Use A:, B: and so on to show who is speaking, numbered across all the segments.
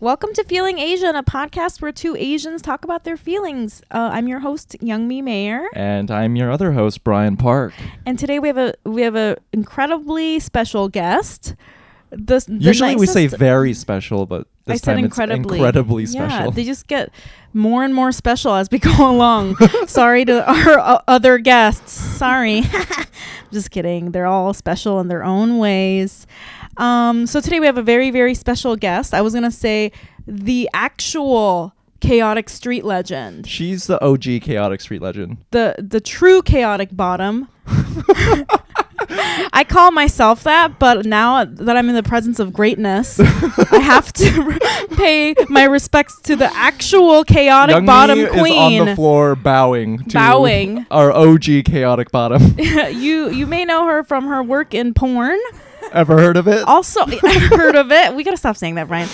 A: Welcome to Feeling Asian, a podcast where two Asians talk about their feelings. Uh, I'm your host, Young Me Mayer,
B: And I'm your other host, Brian Park.
A: and today we have a we have a incredibly special guest. The, the
B: Usually we say
A: nicest-
B: very special, but this
A: I said
B: time
A: incredibly.
B: it's incredibly
A: Yeah,
B: special.
A: they just get more and more special as we go along. Sorry to our uh, other guests. Sorry. just kidding. They're all special in their own ways. Um, so today we have a very, very special guest. I was going to say the actual chaotic street legend,
B: She's the OG chaotic street legend.
A: the, the true chaotic bottom. I call myself that, but now that I'm in the presence of greatness, I have to pay my respects to the actual chaotic
B: Young
A: bottom
B: Me
A: queen.
B: is on the floor bowing to
A: Bowing.
B: our OG chaotic bottom.
A: you you may know her from her work in porn.
B: Ever heard of it?
A: Also, I've heard of it. We gotta stop saying that, Brian.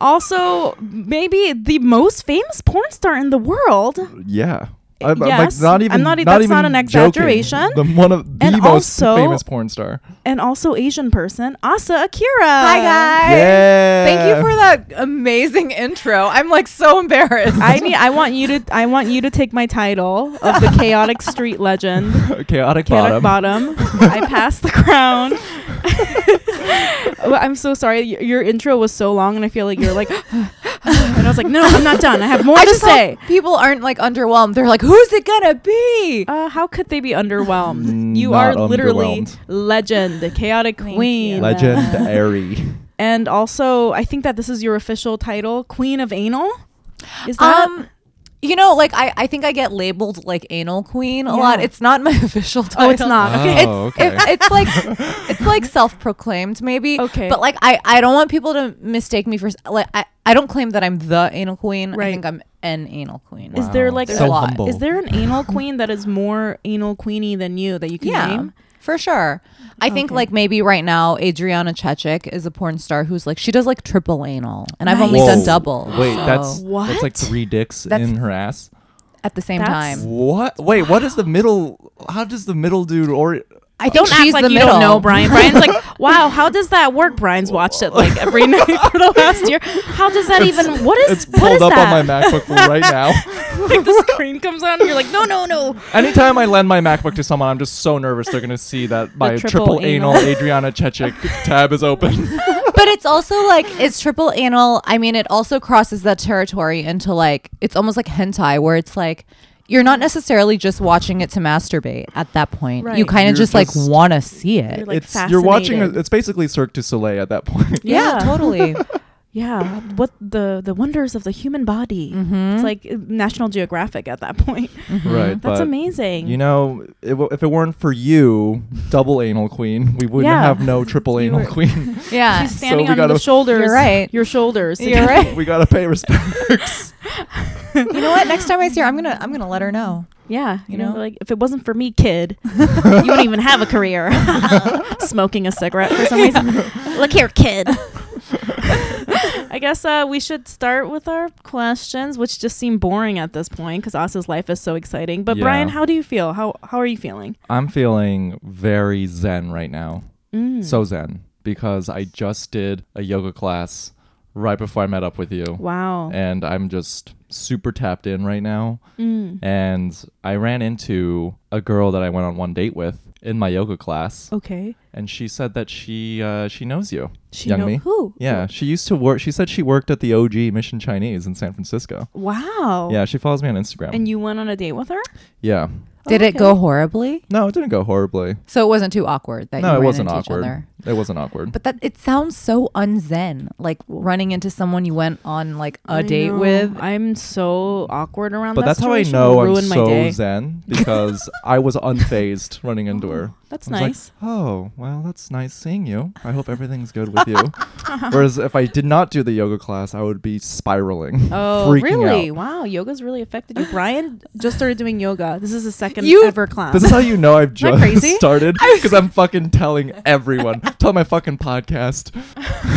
A: Also, maybe the most famous porn star in the world,
B: yeah. I'm, I'm,
A: Yes.
B: like not even.
A: I'm not e- that's
B: even
A: not an
B: joking.
A: exaggeration.
B: The, one of the
A: And
B: most
A: also-
B: famous porn star.
A: and also Asian person, Asa Akira.
C: Hi guys.
B: yeah.
C: Thank you for that amazing intro. I'm like so embarrassed.
A: I mean, I want you to I want you to take my title of the chaotic street legend.
B: chaotic,
A: chaotic bottom.
B: bottom.
A: I passed the crown. Well, I'm so sorry. Y- Your intro was so long, and I feel like you're like, and I was like, no, I'm not done. I have more
C: I
A: to
C: just
A: say.
C: hope people aren't like underwhelmed. They're like, who's it gonna be?
A: Uh, how could they be underwhelmed?
B: Mm,
A: You are
B: not
A: literally
B: underwhelmed.
A: legend, the chaotic
C: Thank
A: queen,
C: you.
B: Legendary.
A: and also I think that this is your official title, Queen of Anal. Is that?
C: Um, you know, like I, I think I get labeled like anal queen a lot.
A: Yeah.
C: It's not my official title.
A: oh, it's not. Okay.
C: It's,
B: Oh,
C: it-
B: okay.
C: it's like it's like self-proclaimed maybe.
A: Okay.
C: But like I, I don't want people to mistake me for s- like I, I don't claim that I'm the anal queen.
A: Right.
C: I think I'm an anal queen.
A: Is there like
C: There's
B: so
C: a lot.
B: humble.
A: Is there an anal queen that is more anal queeny than you that you can name?
C: For sure. I think
A: Okay.
C: like maybe right now Adriana Chechik is a porn star who's like she does like triple anal and I've only
A: Nice.
C: done
B: Whoa.
C: double.
B: Wait,
C: so-
B: that's that's like
A: What?
B: three dicks
C: That's-
B: in her ass.
C: at the same
A: That's-
C: time.
B: What? Wait, what is the middle? How does the middle dude or?
C: I think
A: Don't act like you don't know, Brian. Brian's like, wow, how does that work? Brian's watched it like every night for the last year. How does that even? What is?
B: It's
A: what
B: pulled
A: is
B: up
A: that?
B: on my MacBook right now.
A: like the screen comes on, and you're like, no, no, no.
B: Anytime I lend my MacBook to someone, I'm just so nervous they're gonna see that my
A: triple
B: triple, anal, Adriana Chechik tab is open.
C: But it's also like it's triple anal. I mean, it also crosses that territory into like it's almost like hentai where it's like you're not necessarily just watching it to masturbate at that point. You
A: Right.
C: kind
B: You're
C: of just,
B: just-
C: like want to see it.
A: You're like
B: it's you're watching. A,
A: fascinated.
B: it's basically Cirque du Soleil at that point.
A: Yeah.
C: yeah, totally.
A: Yeah, what the the wonders of the human body. It's like uh, National Geographic at that point.
B: Right.
A: That's
B: but,
A: amazing.
B: You know, it w- if it weren't for you, double anal queen, we wouldn't
A: Yeah.
B: have no triple
A: You
B: anal
A: were-
B: queen.
C: yeah.
A: She's standing
B: we
A: on
B: gotta-
A: the shoulders.
C: You're right.
A: Your shoulders.
C: You're right.
B: we gotta pay respects.
C: you know what? Next time I see her, I'm gonna I'm gonna let her know.
A: Yeah, you,
C: You
A: know,
C: know?
A: like if it wasn't for me, kid, you wouldn't even have a career. Smoking a cigarette for some reason. Look here, kid. I guess uh, we should start with our questions, which just seem boring at this point because Asa's life is so exciting. But
B: Yeah.
A: Brian, how do you feel? How how are you feeling?
B: I'm feeling very zen right now.
A: Mm.
B: So zen because I just did a yoga class right before I met up with you.
A: wow.
B: And I'm just super tapped in right now.
A: Mm.
B: And I ran into a girl that I went on one date with in my yoga class,
A: Okay.
B: and she said that she uh, she knows you,
A: She
B: young
A: know
B: me.
A: who?
B: Yeah, she used to work. She said she worked at the OG Mission Chinese in San Francisco.
A: Wow.
B: Yeah, she follows me on Instagram.
A: Oh. And you went on a date with her?
B: yeah,
C: Did it go horribly?
B: no, it didn't go horribly.
C: So it wasn't too awkward that you
B: No, it
C: ran
B: wasn't
C: into each
B: awkward.
C: other.
B: It wasn't awkward.
C: But that it sounds so unzen, like running into someone you went on like a
A: I
C: date
A: know.
C: with.
A: I'm so awkward around
B: But
A: that
B: that's how I
A: situation.
B: know I'm
A: Ruined my
B: so
A: day.
B: zen because I was unfazed running into her.
A: That's
B: I was like,
A: nice.
B: oh, well, that's nice seeing you. I hope everything's good with you. Whereas if I did not do the yoga class, I would be spiraling.
A: Oh,
B: freaking
A: really?
B: out.
A: Wow, yoga's really affected you. Brian just started doing yoga. This is the second
C: You-
A: ever class.
B: This is how you know
A: Am
B: I've
A: I
B: just
A: crazy?
B: started because I'm fucking telling everyone. Tell my fucking podcast.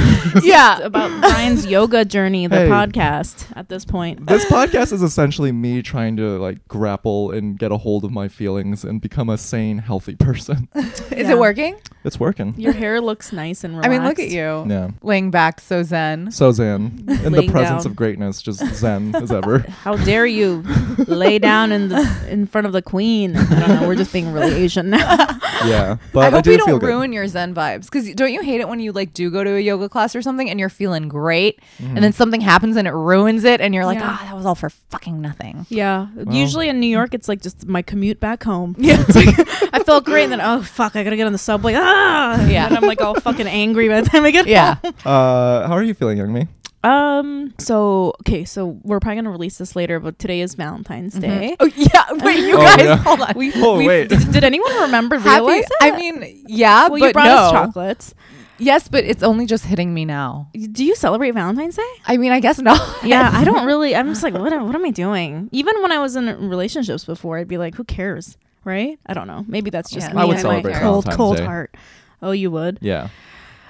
C: yeah.
A: about Brian's yoga journey, the
B: Hey.
A: podcast at this point.
B: This podcast is essentially me trying to like grapple and get a hold of my feelings and become a sane, healthy person.
C: Is
A: Yeah.
C: it working?
B: It's working.
A: Your hair looks nice and
C: I
A: relaxed.
C: mean, look at you.
B: Yeah.
C: Laying back so zen.
B: So Zen, in the
A: Laying
B: presence
A: down.
B: of greatness, just Zen as ever.
A: How dare you lay down in the in front of the queen? I don't know. We're just being really Asian now.
B: Yeah, but I,
C: I hope
B: do
C: we
B: feel
C: don't
B: good.
C: ruin your Zen vibes because don't you hate it when you like do go to a yoga class or something and you're feeling great
B: Mm-hmm.
C: and then something happens and it ruins it and you're like,
A: Yeah.
C: ah, that was all for fucking nothing.
A: yeah.
B: Well.
A: Usually in New York, it's like just my commute back home.
C: Yeah.
A: It's like, I felt great, and then oh fuck, I gotta get on the subway. Ah, and
C: Yeah.
A: then I'm like all fucking angry by the time I get
C: Yeah.
B: Uh, how are you feeling, Young Me?
A: Um. So okay. So we're probably gonna release this later, but today is Valentine's Day.
C: oh yeah. Wait, you
B: Oh,
C: guys,
B: yeah.
C: hold on. We
B: Oh wait,
A: Did, did anyone remember
C: happy.
A: realize
C: I
A: it?
C: mean, yeah,
A: well,
C: but
A: you brought
C: no.
A: us chocolates.
C: Yes, but it's only just hitting me now.
A: Do you celebrate Valentine's Day?
C: I mean, I guess not.
A: Yeah, I don't really. I'm just like, what? Am, what am I doing? Even when I was in relationships before, I'd be like, who cares, right? I don't know. Maybe that's just
C: Yeah,
A: me
C: I would
A: and
C: celebrate
A: my cold,
B: Valentine's
A: cold
B: Day.
A: heart. Oh, you would?
B: yeah,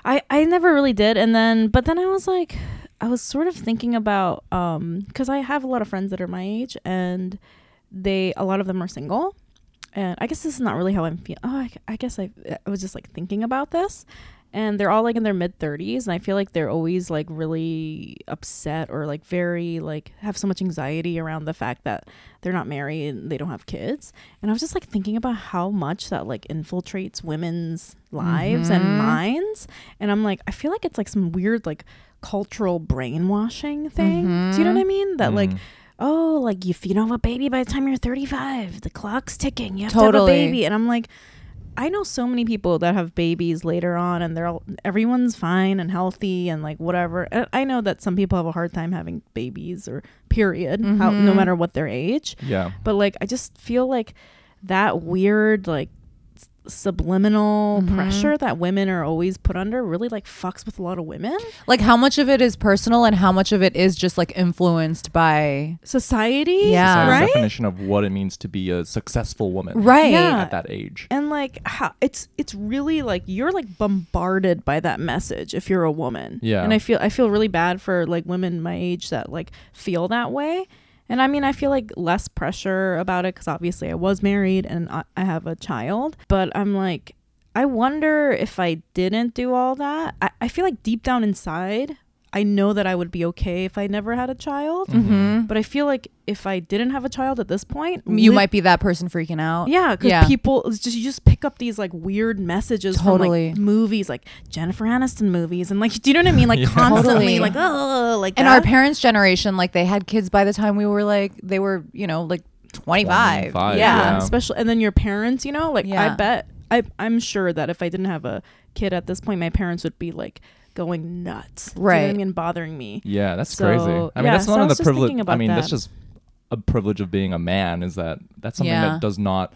A: I I never really did, and then but then I was like, I was sort of thinking about um because I have a lot of friends that are my age, and they a lot of them are single, and I guess this is not really how I'm feeling. Oh, I, I guess I I was just like thinking about this, and they're all like in their mid thirties, and I feel like they're always like really upset or like very like have so much anxiety around the fact that they're not married and they don't have kids, and I was just like thinking about how much that like infiltrates women's lives and minds and i'm like i feel like it's like some weird like cultural brainwashing thing do you know what i mean that like oh like if you don't have a baby by the time you're 35 the clock's ticking you have to have a
C: Totally.
A: baby and i'm like i know so many people that have babies later on and they're all everyone's fine and healthy and like whatever and i know that some people have a hard time having babies or period how, no
C: Mm-hmm.
A: matter what their age
B: yeah.
A: but like i just feel like that weird like s- subliminal
C: Mm-hmm.
A: pressure that women are always put under really like fucks with a lot of women
C: Like how much of it is personal and how much of it is just like influenced by
A: society
C: Yeah.
B: Society's
A: right
B: definition of what it means to be a successful woman.
C: right.
A: Yeah.
B: At that age.
A: and like how it's it's really like you're like bombarded by that message if you're a woman
B: Yeah.
A: and i feel i feel really bad for like women my age that like feel that way and i mean i feel like less pressure about it because obviously i was married and I, I have a child but i'm like i wonder if i didn't do all that i, I feel like deep down inside I know that I would be okay if I never had a child, but I feel like if I didn't have a child at this point,
C: You
A: lit-
C: might be that person freaking out.
A: yeah, because
C: Yeah.
A: people it's just you just pick up these like weird messages
C: Totally.
A: from like movies, like Jennifer Aniston movies, and like do you know what I mean? Like constantly,
C: Totally.
A: like oh, like
C: And
A: that.
C: our parents' generation, like they had kids by the time we were like they were, you know, like twenty five.
B: 25,
A: yeah,
B: Yeah.
A: especially and then your parents, you know, like I
C: Yeah.
A: bet I I'm sure that if I didn't have a kid at this point, my parents would be like going nuts, Do you know what I
C: Right.
A: mean? bothering me.
B: Yeah, that's
A: So,
B: crazy. I mean,
A: yeah,
B: that's
A: so
B: one
A: I
B: of
A: was
B: the
A: just thinking
B: privilege. I
A: about
B: mean, that's
A: that.
B: just a privilege of being a man. Is that that's something
C: Yeah.
B: that does not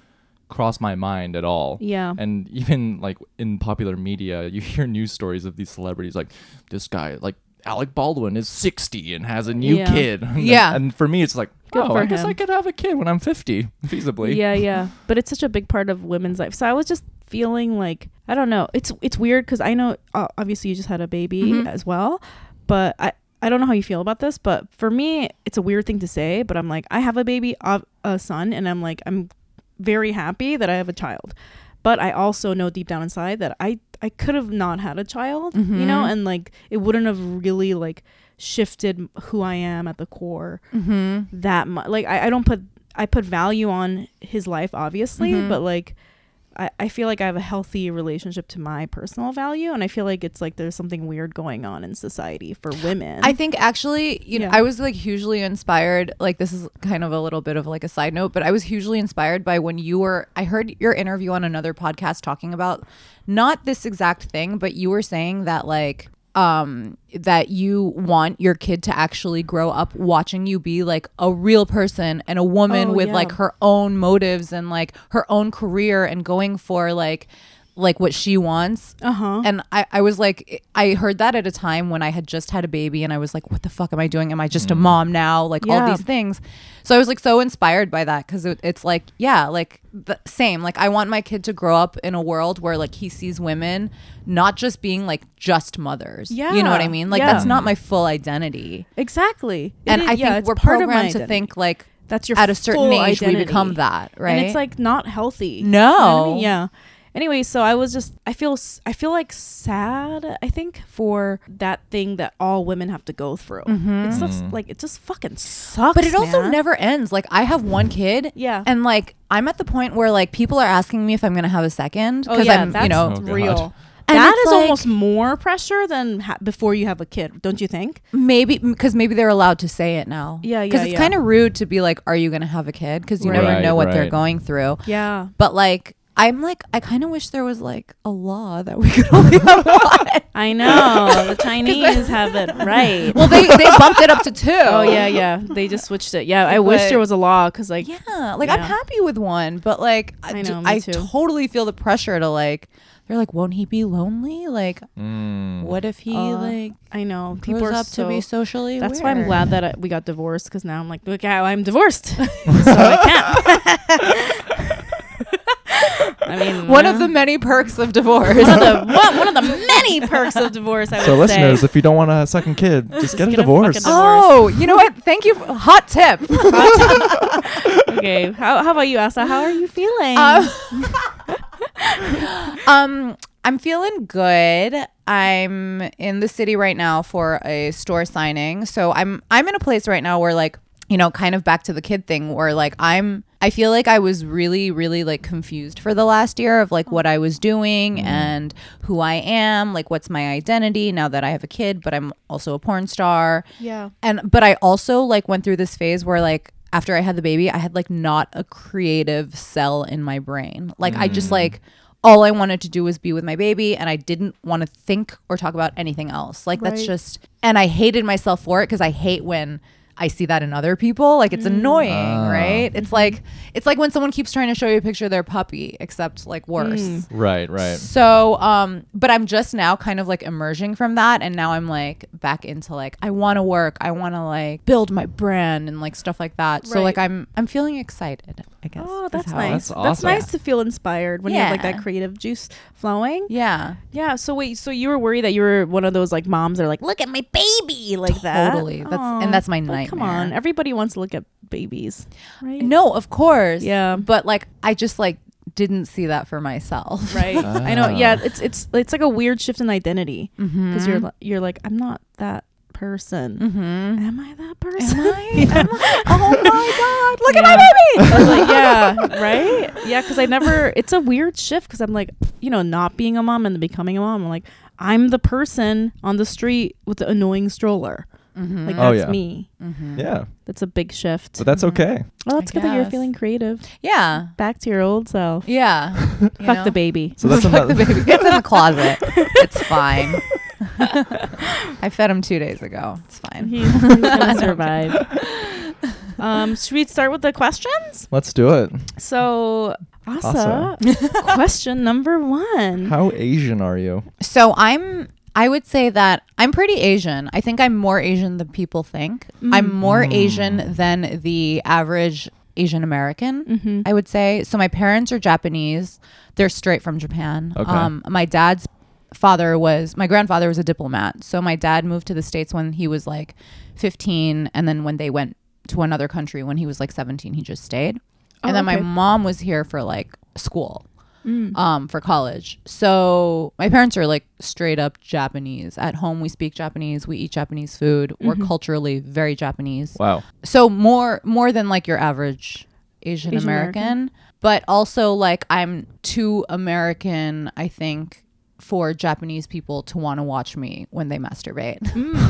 B: cross my mind at all.
A: Yeah.
B: And even like in popular media, you hear news stories of these celebrities like this guy, like Alec Baldwin, is sixty and has a new
A: Yeah.
B: kid. And-
C: Yeah.
B: And for me, it's like,
A: Good
B: oh,
A: for
B: I guess I
A: him.
B: could have a kid when I'm fifty, feasibly.
A: Yeah, yeah. But it's such a big part of women's life. So I was just feeling like I don't know. It's it's weird because I know uh, obviously you just had a baby as well, but I. I don't know how you feel about this, but for me, it's a weird thing to say. But I'm like, I have a baby, of a son, and I'm like, I'm very happy that I have a child. But I also know deep down inside that I I could have not had a child, you know,
C: Mm-hmm.
A: and like it wouldn't have really like shifted who I am at the core
C: Mm-hmm.
A: that much. Like I, I don't put I put value on his life, obviously,
C: Mm-hmm.
A: but like I, I feel like I have a healthy relationship to my personal value, and I feel like it's like there's something weird going on in society for women.
C: I think actually, you know,
A: Yeah.
C: I was like hugely inspired. Like this is kind of a little bit of like a side note, but I was hugely inspired by when you were I heard your interview on another podcast talking about not this exact thing, but you were saying that like um that you want your kid to actually grow up watching you be like a real person and a woman
A: Oh,
C: with
A: yeah.
C: like her own motives and like her own career and going for like like what she wants
A: uh-huh.
C: and I, I was like, I heard that at a time when I had just had a baby and I was like, what the fuck am I doing? Am I just a mom now? Like all
A: Yeah.
C: these things. So I was like so inspired by that because it, it's like, yeah, like the same. Like I want my kid to grow up in a world where like he sees women not just being like just mothers. You know what I
A: Yeah.
C: mean? Like
A: Yeah.
C: that's not my full identity.
A: Exactly. It
C: and
A: is-
C: I
A: yeah,
C: think
A: it's
C: we're
A: part of my
C: programmed to
A: identity.
C: think like
A: that's your
C: at a certain
A: full
C: age we
A: identity.
C: become that, right?
A: And it's like not healthy.
C: No.
A: You know what I mean? Yeah. Anyway, so I was just I feel s- I feel like sad. I think for that thing that all women have to go through. It's just
B: Mhm.
A: like it just fucking sucks.
C: Mm-hmm. But it also
A: man.
C: never ends. Like I have one kid.
A: Yeah.
C: And like I'm at the point where like people are asking me if I'm gonna have a second
A: Oh yeah,
C: I'm
A: that's
C: you know
B: Oh, God.
A: real.
C: And
A: that
C: it's
A: is
C: like-
A: almost more pressure than ha- before you have a kid, don't you think?
C: maybe because maybe they're allowed to say it now.
A: Yeah, yeah,
C: Because it's
A: yeah.
C: kind of rude to be like, "Are you gonna have a kid?" Because you never
B: Right,
C: know what they're
B: right.
C: going through.
A: Yeah.
C: But like I'm like I kind of wish there was like a law that we could only have one.
A: I know. The Chinese have it right.
C: Well, they they bumped it up to two.
A: Oh yeah, yeah. They just switched it. Yeah, I wish
C: But-
A: there was a law because like
C: Yeah, like I'm
A: Yeah.
C: happy with one, but like I,
A: I
C: d-
A: know, me
C: I
A: too.
C: totally feel the pressure to like. They're like, won't he be lonely? Like,
B: Mm.
C: what if he
A: Uh,
C: like
A: I know people
C: grows
A: are
C: up
A: so.
C: to be socially?
A: that's why I'm
C: aware?
A: glad that I, we got divorced because now I'm like, look, how I'm divorced, so I can't. I mean,
C: One of
A: yeah.
C: the many perks of divorce.
A: one of the one, one of the many perks of divorce. I
B: So
A: would say.
B: listeners, if you don't want a second kid, just, get a
A: get a
B: divorce.
A: fucking
C: oh, you know what? Thank you. For, hot tip.
A: okay, how, how about you, Asa? How are you feeling?
C: um, I'm feeling good. I'm in the city right now for a store signing. So I'm I'm in a place right now where like, you know, kind of back to the kid thing where like I'm I feel like I was really really like confused for the last year of like what I was doing and who I am, like what's my identity now that I have a kid, but I'm also a porn star
A: yeah.
C: and but i also like went through this phase where like after i had the baby i had like not a creative cell in my brain like i just like all i wanted to do was be with my baby and i didn't want to think or talk about anything else like that's
A: Right.
C: just and i hated myself for it because i hate when I see that in other people. Like it's
A: Mm.
C: annoying, right?
A: Mm-hmm.
C: It's like it's like when someone keeps trying to show you a picture of their puppy, except like worse.
A: Mm.
B: Oh. Right, right.
C: So, um, but I'm just now kind of like emerging from that, and now I'm like back into like I want to work, I want to like build my brand and like stuff like that. So
A: Right.
C: like I'm I'm feeling excited. I guess.
A: Oh,
C: is
A: that's
C: how-
A: nice.
B: That's
A: That's,
B: awesome.
A: nice to feel inspired when you have like
C: Yeah.
A: that creative juice flowing.
C: Yeah,
A: Yeah. So wait. So you were worried that you were one of those like moms that are like, look at my baby, like that.
C: Totally. That's- and that's my
A: but Come
C: nightmare.
A: on. Everybody wants to look at babies, right?
C: no, of course.
A: Yeah.
C: but like I just like didn't see that for myself.
A: Right. I know. Yeah.
B: Ah.
A: It's it's it's like a weird shift in identity because
C: Mm-hmm.
A: you're li- you're like I'm not that person.
C: Mm-hmm.
A: Am I that person?
C: Am I? Oh my god! Look at my
A: Yeah.
C: baby.
A: I was like, yeah, right? Yeah, because I never, it's a weird shift because I'm like, you know, not being a mom and becoming a mom. I'm like, I'm the person on the street with the annoying stroller.
C: Mm-hmm.
A: Like,
B: Oh,
A: that's
B: yeah.
A: me.
B: Yeah,
A: That's a big shift.
B: but that's okay.
A: well, it's
C: I
A: good that you're
C: guess.
A: feeling creative.
C: Yeah,
A: Back to your old self.
C: yeah. You
A: Fuck
C: know?
A: the baby.
B: So that's
C: Fuck the
B: another.
C: baby. It's in the closet. It's fine. I fed him two days ago. It's fine.
A: He's, he's going to survive. Um, should we start with the questions?
B: Let's do it.
A: So, Asa, question number one.
B: How Asian are you?
C: So I'm I would say that I'm pretty Asian. I think I'm more Asian than people think. I'm more Asian than the average Asian American, I would say. So my parents are Japanese. They're straight from Japan.
B: Okay.
C: Um my dad's father was my grandfather was a diplomat. So my dad moved to the States when he was like 15 and then when they went to another country when he was like 17, he just stayed. and then my
A: okay.
C: mom was here for like school um, for college. So my parents are like straight up Japanese. At home, we speak Japanese. We eat Japanese food. We're culturally very Japanese.
B: Wow.
C: So more more than like your average Asian,
A: Asian
C: American, but also like I'm too American. I think for Japanese people to want to watch me when they masturbate.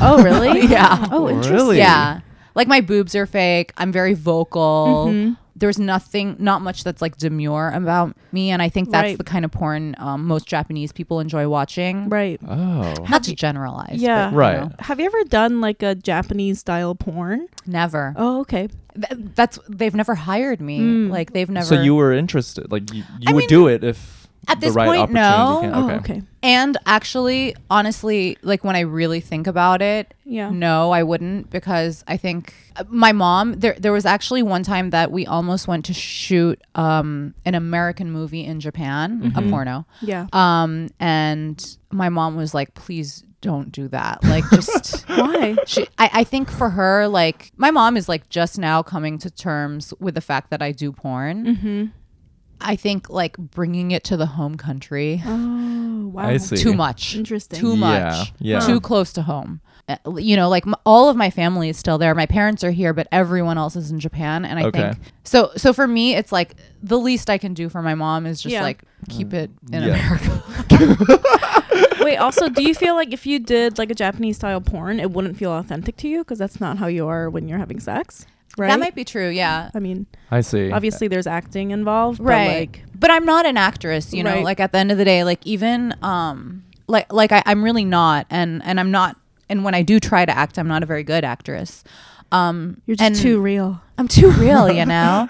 A: Oh, really?
C: Yeah.
A: Oh, interesting.
B: Really?
C: Yeah. Like my boobs are fake. I'm very vocal.
A: Mm-hmm.
C: There's nothing, not much that's like demure about me. And I think that's
A: Right.
C: the kind of porn um, most Japanese people enjoy watching.
A: Right.
B: Oh.
C: Not to generalize.
A: Yeah.
C: but, you
B: Right.
C: know,
A: Have you ever done like a Japanese style porn?
C: never.
A: Oh, okay.
C: Th- that's, they've never hired me.
A: Mm.
C: Like they've never.
B: So you were interested. Like you, you
C: I
B: would
C: mean,
B: do it if
C: at
B: the
C: this
B: right
C: point,
B: opportunity
C: no.
B: came.
A: Oh,
B: Okay.
A: okay.
C: And actually, honestly, like when I really think about it,
A: Yeah.
C: no, I wouldn't because I think uh, my mom. There, there was actually one time that we almost went to shoot um, an American movie in Japan, a porno,
A: Yeah.
C: um, and my mom was like, "Please don't do that." Like, just
A: Uh, Why?
C: she, I, I think for her,
A: Mm-hmm.
C: like my mom is like just now coming to terms with the fact that I do porn. I think like bringing it to the home country
A: Oh wow.
B: I see.
C: too much.
A: Interesting.
C: Too
B: Yeah,
C: much.
B: yeah.
C: Too close to home. Uh, You know, like m- all of my family is still there. My parents are here, but everyone else is in Japan. And I
B: Okay.
C: think so. So for me, it's like the least I can do for my mom is just
A: Yeah.
C: like keep it in
B: yeah.
C: America.
A: Wait. Also, do you feel like if you did like a Japanese style porn, it wouldn't feel authentic to you because that's not how you are when you're having sex, right?
C: That might be true. Yeah.
A: I mean,
B: I see.
A: obviously there's acting involved,
C: right
A: But like,
C: but i'm not an actress you know
A: Right.
C: like at the end of the day like even um like like I, i'm really not and and i'm not and when i do try to act i'm not a very good actress um
A: you're just
C: and
A: too real.
C: i'm too real you know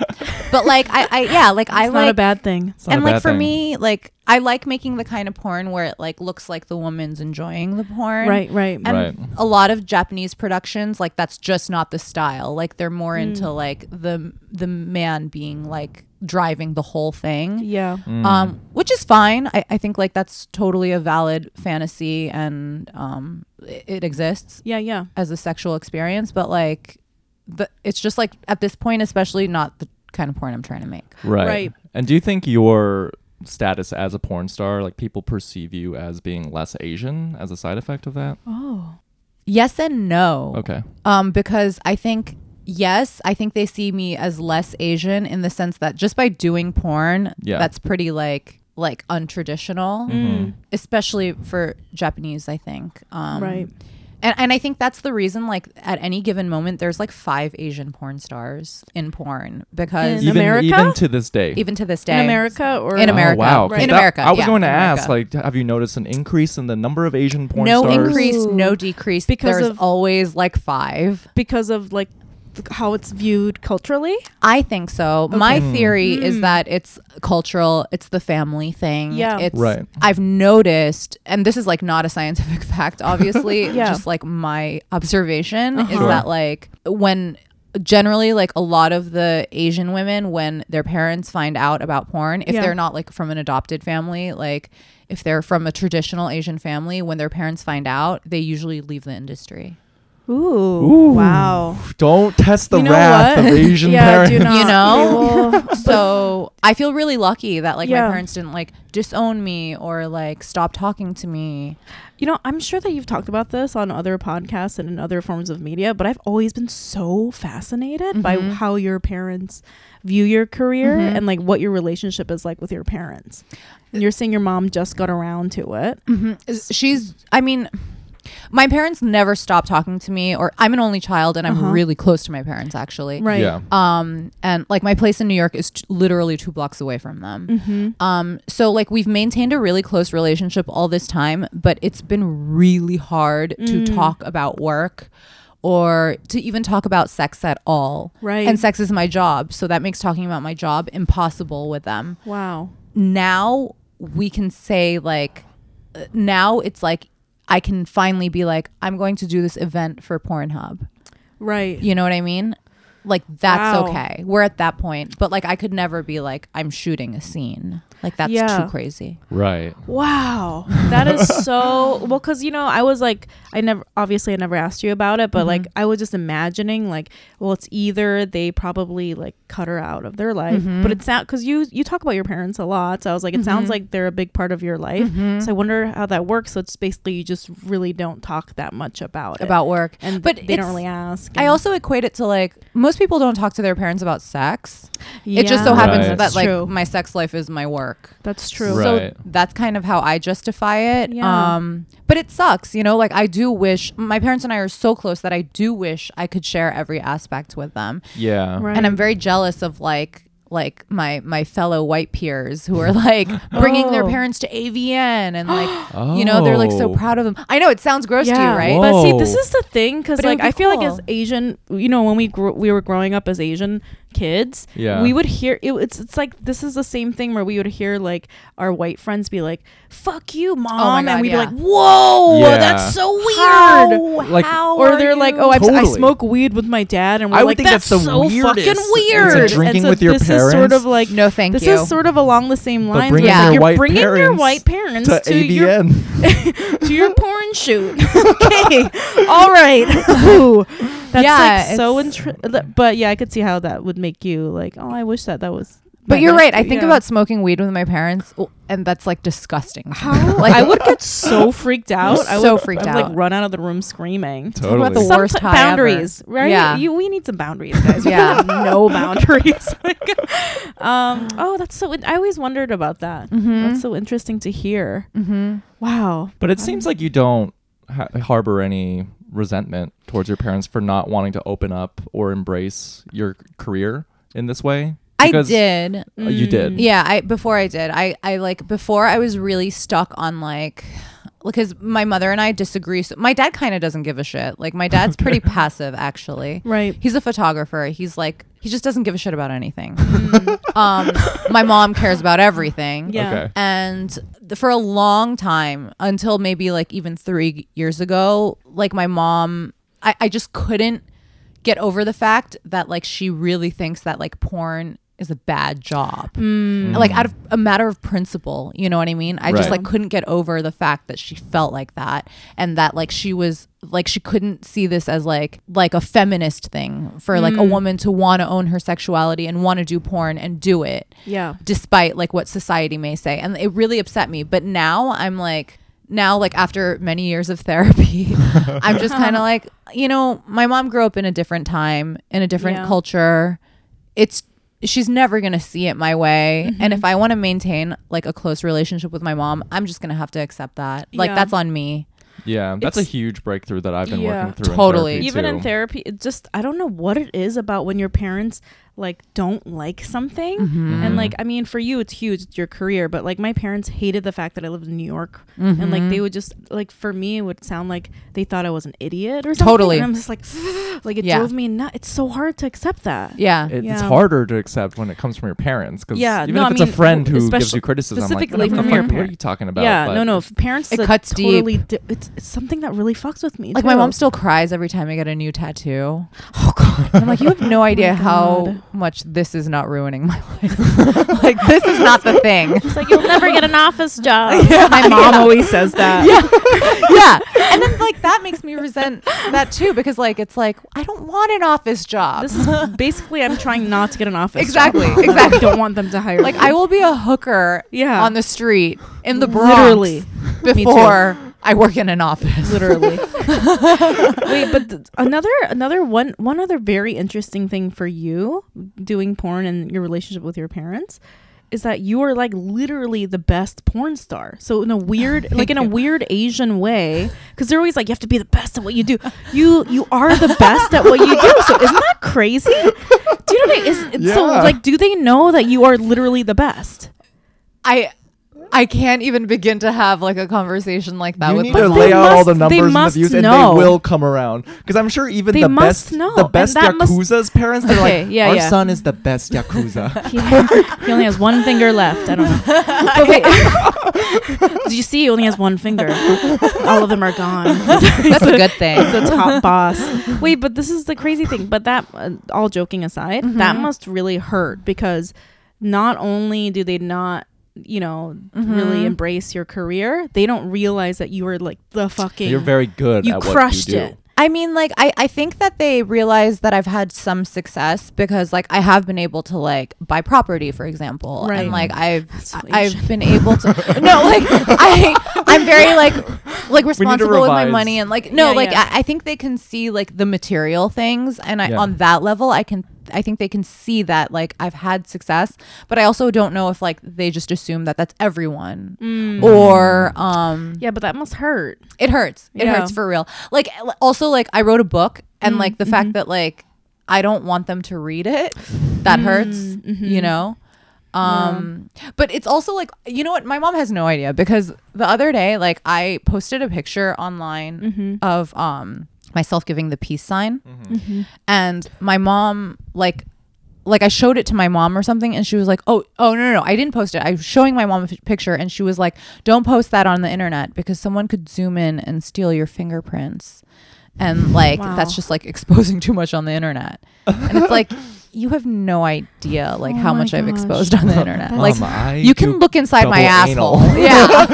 C: but like i i yeah like i
A: It's not
C: like
A: a bad thing.
B: It's not
C: and
B: a
C: like
B: bad
C: for
B: thing.
C: me like i like making the kind of porn where it like looks like the woman's enjoying the porn
A: Right. Right.
C: and
B: Right.
C: a lot of Japanese productions like that's just not the style. Like they're more into like the the man being like driving the whole thing
A: yeah.
B: Mm.
C: um, which is fine. I, I think like that's totally a valid fantasy and um, it, it exists
A: Yeah. Yeah.
C: as a sexual experience. But like, the, it's just like at this point, especially not the kind of porn I'm trying to make.
B: Right.
A: Right.
B: And do you think your status as a porn star, like people perceive you as being less Asian as a side effect of that?
A: Oh.
C: Yes and no.
B: Okay.
C: Um, because I think yes, I think they see me as less Asian in the sense that just by doing porn,
B: Yeah. Mm.
C: that's pretty like like untraditional,
A: Mm-hmm.
C: especially for Japanese. I think. Um,
A: Right.
C: And, and I think that's the reason, like, at any given moment, there's like five Asian porn stars in porn because
A: In
B: even,
A: America?
B: Even to this day.
C: even to this day,
A: In America or
C: In
B: Oh,
C: America.
B: wow. 'Cause
A: Right.
C: In
B: that-
C: America.
B: I was
C: yeah,
B: going to
C: in
B: ask,
C: America.
B: like, have you noticed an increase in the number of Asian porn
C: no
B: stars?
C: increase, no
A: Ooh.
C: decrease.
A: Because
C: there's
A: of-
C: always like five.
A: because of like th- how it's viewed culturally.
C: I think so. My
B: Hmm.
C: theory is that it's cultural. It's the family thing.
A: Yeah.
C: It's
B: Right.
C: I've noticed, and this is like not a scientific fact, obviously.
A: Yeah.
C: Just like my observation is
B: Sure.
C: that like when generally like a lot of the Asian women when their parents find out about porn, if
A: Yeah.
C: they're not like from an adopted family, like if they're from a traditional Asian family, when their parents find out, they usually leave the industry.
A: Ooh,
B: Ooh.
A: wow.
B: Don't test the
A: You know
B: wrath
A: what?
B: of Asian
A: Yeah,
B: parents.
A: do not.
C: you know
A: Not
C: so i feel really lucky that like
A: Yeah.
C: my parents didn't like disown me or like stop talking to me
A: You know, I'm sure that you've talked about this on other podcasts and in other forms of media, but I've always been so fascinated by
C: Mhm.
A: how your parents view your career
C: Mhm.
A: and like what your relationship is like with your parents. And you're saying your mom just got around to it.
C: she's i mean my parents never stopped talking to me or i'm an only child and i'm
A: Uh-huh.
C: really close to my parents actually
A: Right. Uh,
B: Yeah.
C: um and like my place in new york is t- literally two blocks away from them
A: Mm-hmm.
C: um so like we've maintained a really close relationship all this time but it's been really hard to
A: Mm.
C: talk about work or to even talk about sex at all
A: Right.
C: and sex is my job so that makes talking about my job impossible with them
A: wow.
C: now we can say like uh, now it's like i can finally be like i'm going to do this event for pornhub
A: Right.
C: you know what i mean like that's
A: Wow.
C: okay we're at that point but like i could never be like i'm shooting a scene like that's
A: Yeah.
C: too crazy
B: Right.
A: Wow. That is so well cuz you know, I was like I never obviously I never asked you about
C: Mm-hmm.
A: it, but like I was just imagining like well it's either they probably like cut her out of their life,
C: Mm-hmm.
A: but it's not cuz you you talk about your parents a lot. So I was like it sounds like they're a big part of your life.
C: Mm-hmm.
A: So I wonder how that works. So it's basically you just really don't talk that much about it.
C: about work
A: and
C: but
A: but they don't
C: it's-
A: really ask.
C: i
A: and-
C: also equate it to like most people don't talk to their parents about sex it just so
A: Yeah.
C: happens
B: Right.
C: that
A: That's
C: like
A: true.
C: my sex life is my work
A: That's true.
B: Right.
C: So that's kind of how I justify it.
A: Yeah.
C: Um, but it sucks, you know. Like I do wish my parents and I are so close that I do wish I could share every aspect with them.
B: Yeah.
A: Right.
C: And I'm very jealous of like like my my fellow white peers who are like bringing their
A: Oh.
C: parents to AVN and like you know they're like so
B: Oh.
C: proud of them. I know it sounds gross to you, right?
B: Whoa.
C: But
A: But see, this is the thing because
C: But it would
A: like
C: be
A: I feel like
C: cool.
A: as Asian, you know, when we grew, we were growing up as Asian kids,
B: Yeah.
A: we would hear it, it's it's like this is the same thing where we would hear like our white friends be like, "Fuck you, mom,"
C: God,
A: and we'd be
C: yeah.
A: like, "Whoa,
B: Yeah.
A: that's so weird."
B: Like-
C: how
A: or
C: are
A: they're like,
C: you?
A: "Oh, I, I
B: Totally.
A: smoke weed with my dad," and we're
B: I would
A: like,
B: think
A: "That's,
B: that's the
A: so fucking
B: weirdest. It's
A: weird."
B: like
A: And
B: drinking
A: so
B: with your
A: this is sort
B: parents.
A: of like
C: no, thank
A: this
C: you.
A: is sort of along the same
B: But
A: lines.
B: bringing
A: where it's
C: Yeah.
A: like
B: your
A: you're
B: white
A: bringing your
B: parents
A: white parents
B: to,
A: your
B: AVN.
A: to your porn shoot. okay. All right. Ooh. That's
C: Yeah,
A: like so intri- th- but yeah, I could see how that would make you like, oh, I wish that that was
C: But you're right. I
A: next-
C: think
A: yeah.
C: about smoking weed with my parents, w- and that's like disgusting.
A: How?
C: Like-
A: I would get so freaked out. I would,
C: So freaked
A: I would,
C: out.
A: Like run out of the room screaming.
C: Talk about
B: Totally.
C: the worst
A: Someti-
C: high ever.
A: boundaries, right?
C: Yeah.
A: You, we need some boundaries, guys. We
C: Yeah.
A: have no boundaries. Like, um, oh, that's so. in- I always wondered about that. That's so interesting to hear.
C: Mm-hmm.
A: Wow.
B: But it seems like you don't ha- harbor any resentment towards your parents for not wanting to open up or embrace your career in this way.
C: I
B: Because-
C: did.
B: Uh, you did.
A: Mm,
C: Yeah, I before I did. I I like before I was really stuck on like because my mother and I disagree. So my dad kind of doesn't give a shit. Like my dad's pretty passive actually.
A: Right.
C: He's a photographer. He's like he just doesn't give a shit about anything. um my mom cares about everything.
A: Mm. Yeah.
B: Okay.
C: And th- for a long time, until maybe like even three years ago, like my mom, I, I just couldn't get over the fact that like she really thinks that like porn is a bad job. Like out of a matter of principle, you know what I mean? I just
B: Mm. Right.
C: like couldn't get over the fact that she felt like that and that like she was like she couldn't see this as like like a feminist thing for
B: Mm.
C: like a woman to want to own her sexuality and want to do porn and do it
A: Yeah.
C: despite like what society may say and it really upset me but now i'm like now like after many years of therapy i'm just kind of like you know my mom grew up in a different time in a different
A: Yeah.
C: culture it's she's never going to see it my way
A: Mm-hmm.
C: and if i want to maintain like a close relationship with my mom i'm just going to have to accept that like
A: Yeah.
C: that's on me
B: Yeah, that's a
A: It's-
B: huge breakthrough that I've been
A: Yeah.
B: working through.
C: Totally.
B: in therapy,
A: Even in
B: too.
A: therapy, it just I don't know what it is about when your parents like don't like something.
C: Mm-hmm.
A: And like I mean for you it's huge, it's your career, but like my parents hated the fact that I lived in New York. And like
C: Mm-hmm.
A: they would just like for me it would sound like they thought I was an idiot or something.
C: Totally.
A: And I'm just like like it
C: Yeah.
A: drove me nuts. It's so hard to accept that.
C: yeah
B: It- It's
A: Yeah.
B: harder to accept when it comes from your parents because
A: Yeah,
B: even
A: no,
B: if
A: I
B: it's a
A: mean,
B: friend who gives
A: especially-
B: you criticism,
A: specifically
B: like, what the
A: from
B: fuck
A: your
B: What are
A: parent.
B: you talking about?
A: yeah,
B: But
A: no, no. If parents,
C: It
A: that
C: cuts deep.
A: totally di- it's, it's something that really fucks with me.
C: like my
A: too.
C: mom still cries every time I get a new tattoo. Oh god! I'm like, you have no idea how
A: Oh, God.
C: much this is not ruining my life. like this is not the thing.
A: She's like, you'll never get an office job. My mom always says that.
C: yeah, and then like that makes me resent that too because like it's like I don't want an office job.
A: This is basically I'm trying not to get an office.
C: Exactly,
A: job. Like,
C: exactly.
A: I don't want them to hire.
C: like
A: me.
C: I will be a hooker
A: Yeah.
C: on the street in the Bronx
A: Literally. Me too.
C: before I work in an office.
A: literally. Wait, but th- another another one one other very interesting thing for you doing porn and your relationship with your parents is that you are like literally the best porn star. So in a weird like in a weird Asian way cuz they're always like you have to be the best at what you do. You you are the best at what you do. So isn't that crazy? Do you know what I, is it's so
B: Yeah.
A: like do they know that you are literally the best?
C: I I can't even begin to have like a conversation like that
B: you
C: with
B: need
C: my
B: to
A: But
C: mom.
A: they
B: lay out all the
A: must- they
B: numbers and the
A: must
B: views,
A: know.
B: and they will come around. Because I'm sure even
A: They
B: the
A: must
B: best,
A: know,
B: the
A: and
B: best
A: that must-
B: yakuza's parents, they're
A: Okay,
B: like,
A: yeah,
B: our
A: yeah.
B: son is the best yakuza.
A: he he only has one finger left. I don't know. But wait. Did you see? He only has one finger. All of them are gone.
C: That's a good thing.
A: He's the top boss. Wait, but this is the crazy thing. But that, uh, all joking aside, that must really hurt because not only do they not. You know, really embrace your career. They don't realize that you were like the fucking.
B: You're very good.
A: You
B: at
A: crushed
B: what you do.
A: it.
C: I mean, like, I, I think that they realize that I've had some success because, like, I have been able to, like, buy property, for example.
A: Right.
C: And, like, I've,
A: so
C: I've
A: Asian.
C: been able to, no, like, I, I'm very, like, like responsible with my
B: revise.
C: money. And, like, no,
A: Yeah,
C: like,
A: yeah.
C: I, I think they can see, like, the material things. And I,
B: Yeah.
C: on that level, I can, I think they can see that, like, I've had success. But I also don't know if, like, they just assume that that's everyone
A: Mm.
C: or, um,
A: yeah, but that must hurt.
C: it hurts. It
A: Yeah.
C: hurts for real. Like l- also like I wrote a book and like the fact that like I don't want them to read it, that hurts, you know. Um but it's also like you know what my mom has no idea because the other day like I posted a picture online of um myself giving the peace sign
A: Mm-hmm.
C: and my mom like like I showed it to my mom or something, and she was like, "Oh, oh no, no, no! I didn't post it. I was showing my mom a f- picture, and she was like, "Don't post that on the internet because someone could zoom in and steal your fingerprints, and like
A: Wow.
C: that's just like exposing too much on the internet." And it's like, you have no idea like
A: Oh
C: how
A: my
C: much I've
A: gosh.
C: exposed on the internet.
A: That's-
C: like
B: Mom, I
C: you can
B: do
C: look inside my
B: double
C: asshole.
B: anal.
C: Yeah.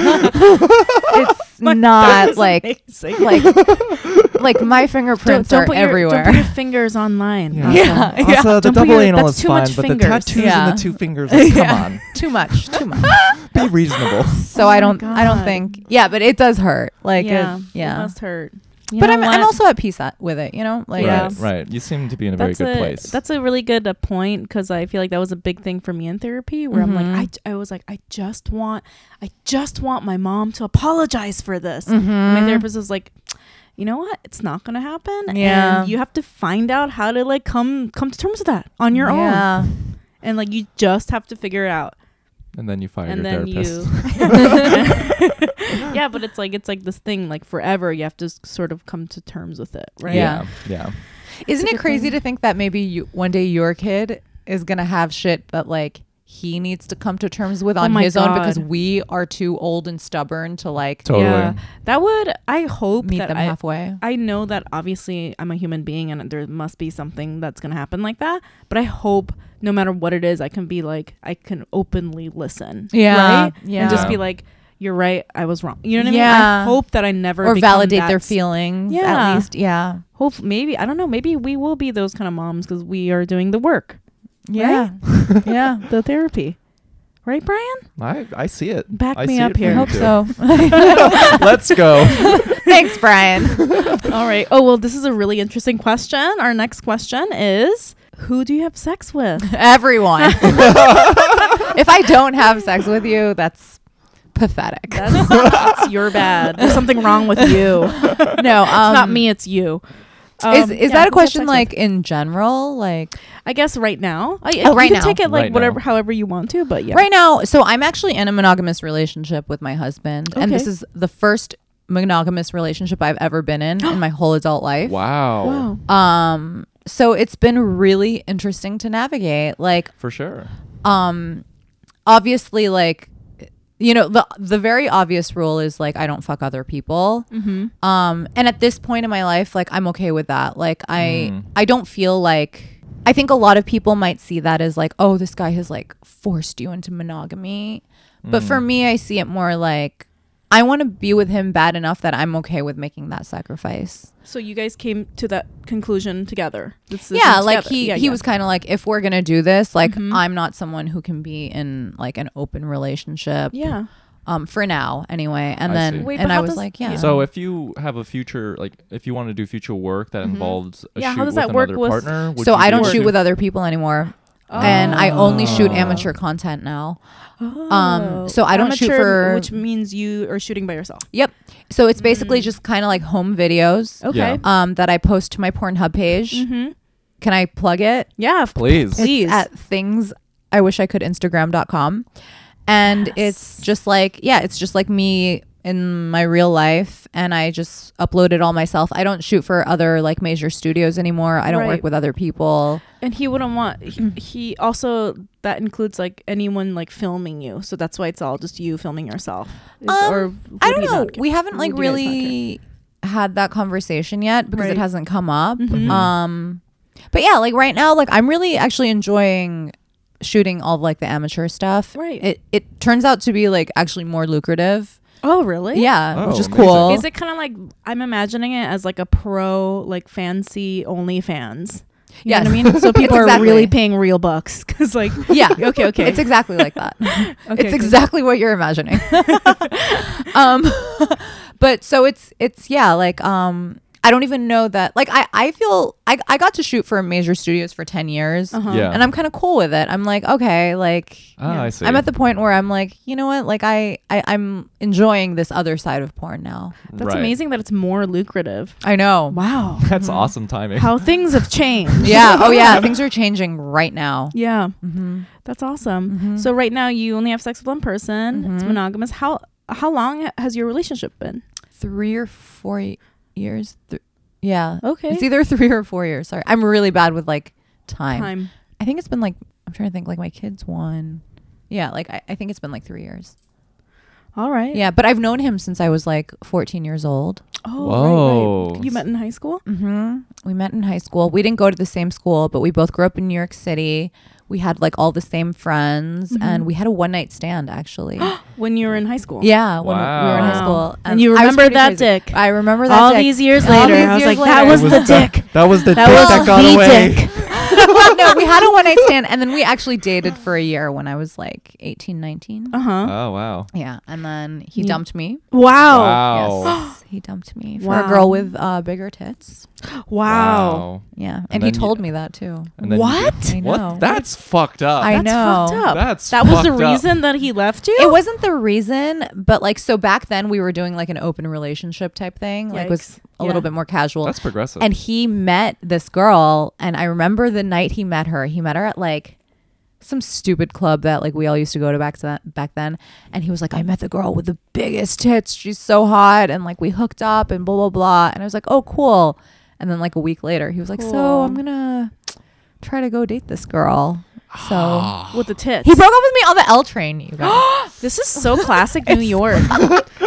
C: it's
A: That
C: not
A: is
C: like
A: amazing.
C: like like my fingerprints are
A: your-
C: everywhere.
A: don't put your fingers online.
B: Yeah.
A: Awesome.
C: Yeah.
A: Awesome.
B: Also, the
A: Don't put
B: double
A: your-
B: anal
A: that's
B: is
A: too
B: fine,
A: much
B: but the
A: fingers.
B: tattoos
C: Yeah.
B: and the two fingers. Like,
C: Yeah.
B: Come
C: too much, too much.
B: on, be reasonable.
C: So
A: Oh
C: I
A: my
C: don't I don't
A: God.
C: think yeah, but it does hurt. Like
A: yeah,
C: it-
A: It
C: yeah.
A: must hurt. You
C: but
A: know
C: I'm I'm
A: what?
C: also at peace at, with it, you know? Like
A: Yeah.
B: Right, right. You seem to be in a very
A: that's
B: good
A: a
B: place.
A: that's a really good uh, point because I feel like that was a big thing for me in therapy where I'm
C: Mhm.
A: like I, j- I was like I just want I just want my mom to apologize for this. And my
C: Mhm.
A: therapist was like, you know what? It's not gonna happen.
C: Yeah.
A: and you have to find out how to like come come to terms with that on your own,
C: yeah.
A: and like you just have to figure it out.
B: and then you fire your
A: and then
B: therapist.
A: you yeah but it's like it's like this thing like forever you have to s- sort of come to terms with it right
C: Yeah.
B: yeah, yeah.
C: Isn't
A: a
C: it
A: good
C: crazy
A: thing.
C: to think that maybe you, one day your kid is gonna have shit that like he needs to come to terms with
A: Oh
C: on
A: my
C: his own because
A: God.
C: we are too old and stubborn to like
B: Totally.
A: that would i hope
C: meet
A: that
C: them
A: I,
C: halfway.
A: I know that obviously i'm a human being and there must be something that's going to happen like that but i hope no matter what it is i can be like i can openly listen
C: Yeah,
A: right
C: yeah.
A: and just be like you're right i was wrong you know what i mean i
C: Yeah.
A: hope that i never
C: or
A: become
C: validate their
A: that-
C: feelings
A: Yeah.
C: at least. Yeah.
A: hope maybe i don't know maybe we will be those kind of moms because we are doing the work
C: Yeah. yeah.
A: the therapy right brian
B: I, I see it.
A: Back
B: I
A: me
B: see
A: up
B: it for
A: here.
B: you
A: I hope
B: too.
C: so.
B: Let's go.
C: Thanks, Brian.
A: All right. Oh, well, this is a really interesting question. Our next question is Who do you have sex with?
C: Everyone. if I don't have sex with you, that's pathetic.
A: That's, that's your bad. There's something wrong with you. it's
C: no, um,
A: not me, it's you.
C: is is
A: Um, yeah, who do you
C: that
A: have
C: a question
A: sex
C: like in general? Like
A: with? I guess right now. I,
C: Oh, right
A: you can
C: now.
A: take it like
B: Right now.
A: whatever, however you want to, but yeah.
C: Right now, so I'm actually in a monogamous relationship with my husband, and this
A: Okay.
C: is the first monogamous relationship I've ever been in in my whole adult life.
B: Wow.
A: Wow.
C: Um, so it's been really interesting to navigate. Like,
B: For sure.
C: um, obviously, like, you know, the the very obvious rule is like I don't fuck other people.
A: Mm-hmm.
C: Um, and at this point in my life, like I'm okay with that. Like I
B: Mm.
C: I don't feel like I think a lot of people might see that as like, oh, this guy has like forced you into monogamy. But for me, I see it more like I want to be with him bad enough that I'm okay with making that sacrifice.
A: So you guys came to that conclusion together. This is
C: yeah, like
A: together.
C: he
A: Yeah,
C: he
A: yeah.
C: was kind of like if we're going to do this, like
A: Mhm.
C: I'm not someone who can be in like an open relationship
A: Yeah.
C: um for now anyway. And
B: I see.
C: then
A: Wait,
C: and
A: but
C: I
A: how
C: was
A: does-
C: like, yeah.
B: So if you have a future, like if you want to do future work that involves a
A: Mm-hmm. Yeah, how
B: shoot
A: does
B: with
A: that work
B: another
A: with-
B: partner, would
C: so
B: you
C: I
B: be
C: don't
B: able
C: shoot
B: to-
C: with other people anymore. and I only shoot
B: Oh.
C: amateur content now.
A: Oh.
C: Um, so I don't shoot
A: Amateur,
C: for-
A: Which means you are shooting by yourself.
C: Yep. So it's basically
A: Mm.
C: just kind of like home videos
A: Okay.
B: Yeah.
C: um, that I post to my Pornhub page.
A: Mm-hmm.
C: Can I plug it?
A: Yeah. of
B: Please.
A: Please.
C: It's at things I wish I could Instagram.com. And it's just like, yeah, it's just like me in my real life. And I just upload it all myself. I don't shoot for other like major studios anymore. I don't
A: Right.
C: work with other people.
A: And he wouldn't want. He,
C: Mm-hmm.
A: he also that includes like anyone like filming you, so that's why it's all just you filming yourself. Is-
C: Um,
A: would
C: I don't
A: he
C: know.
A: not care?
C: we haven't like
A: would you guys not care?
C: really had that conversation yet because
A: Right.
C: it hasn't come up.
A: Mhm.
C: Um, but yeah, like right now, like I'm really actually enjoying shooting all of, like the amateur stuff.
A: Right.
C: It it turns out to be like actually more lucrative.
A: Oh, really?
C: Yeah,
B: Oh,
C: which is
B: amazing.
C: cool.
A: Is it kind of like I'm imagining it as like a pro, like fancy OnlyFans? You know
C: Yes.
A: what I mean, so people are
C: exactly-
A: really paying real bucks because like
C: yeah.
A: okay, okay,
C: It's exactly like that.
A: okay,
C: it's
A: good.
C: exactly what you're imagining. um, but so it's it's yeah, like um, I don't even know that. Like I I feel I I got to shoot for major studios for ten years,
A: Uh-huh.
B: Yeah.
C: and I'm kind of cool with it. I'm like okay, like
B: Ah, I see.
C: I'm at the point where I'm like you know what, like I, I I'm enjoying this other side of porn now.
A: That's
B: Right.
A: amazing that it's more lucrative.
C: I know.
A: Wow,
B: That's awesome timing.
A: how things have changed.
C: Yeah. Oh yeah. Things are changing right now.
A: yeah.
C: Mm-hmm.
A: That's awesome.
C: Mhm.
A: So right now you only have sex with one person. It's
C: Mhm.
A: monogamous. How how long ha- has your relationship been?
C: Three or four y- years. Th- yeah.
A: Okay.
C: It's either three or four years. Sorry, I'm really bad with like time.
A: time.
C: I think it's been like I'm trying to think. Like my kids won. Yeah, like I, I think it's been like three years.
A: All right.
C: Yeah, but I've known him since I was like 14 years old.
A: Oh, right,
B: Whoa.
A: right. You met in high school?
C: Mm-hmm. We met in high school. We didn't go to the same school, but we both grew up in New York City. We had like all the same friends,
A: Mm-hmm.
C: and we had a one night stand actually.
A: When you were in high school?
C: yeah, when we were in high
A: Wow.
C: school, Um,
A: And you
C: I was
A: remember
C: pretty
A: that dick.
C: I remember that
A: All
C: dick.
A: these years
C: All
A: later,
C: these
A: I was
C: years
A: like, that was
C: later.
A: the dick.
B: That was the
A: That
B: dick
A: was
B: that got
A: the
B: away.
A: dick.
C: no, we had a one night stand, and then we actually dated for a year when I was like 18, 19.
A: Uh huh.
B: Oh wow.
C: Yeah, and then he
A: You-
C: dumped me.
A: Oh, Wow.
B: Wow.
C: Yes, he dumped me for
A: Wow.
C: a girl with uh, bigger tits.
A: Wow.
B: Wow.
C: Yeah, and,
B: And
C: he
B: then you-
C: told me that too.
B: And then you-
A: What?
C: I know.
B: What? That's fucked up.
C: I
A: That's
C: know.
A: fucked up.
B: That's
A: that was the
B: fucked up.
A: reason that he left you?
C: It wasn't the reason, but like so back then we were doing like an open relationship type thing, like was
A: Yikes.
C: a
A: Yeah.
C: little bit more casual.
B: That's progressive.
C: and he met this girl, and I remember the night he met her. He met her at like some stupid club that like we all used to go to back to that back then, and he was like, "I met the girl with the biggest tits. She's so hot," and like we hooked up and blah blah blah. And I was like, "Oh, cool." And then like a week later, he was like,
A: Cool.
C: "So I'm gonna try to go date this girl." So
A: With the tits.
C: he broke up with me on the L train, you guys.
A: This is so classic New York.
C: And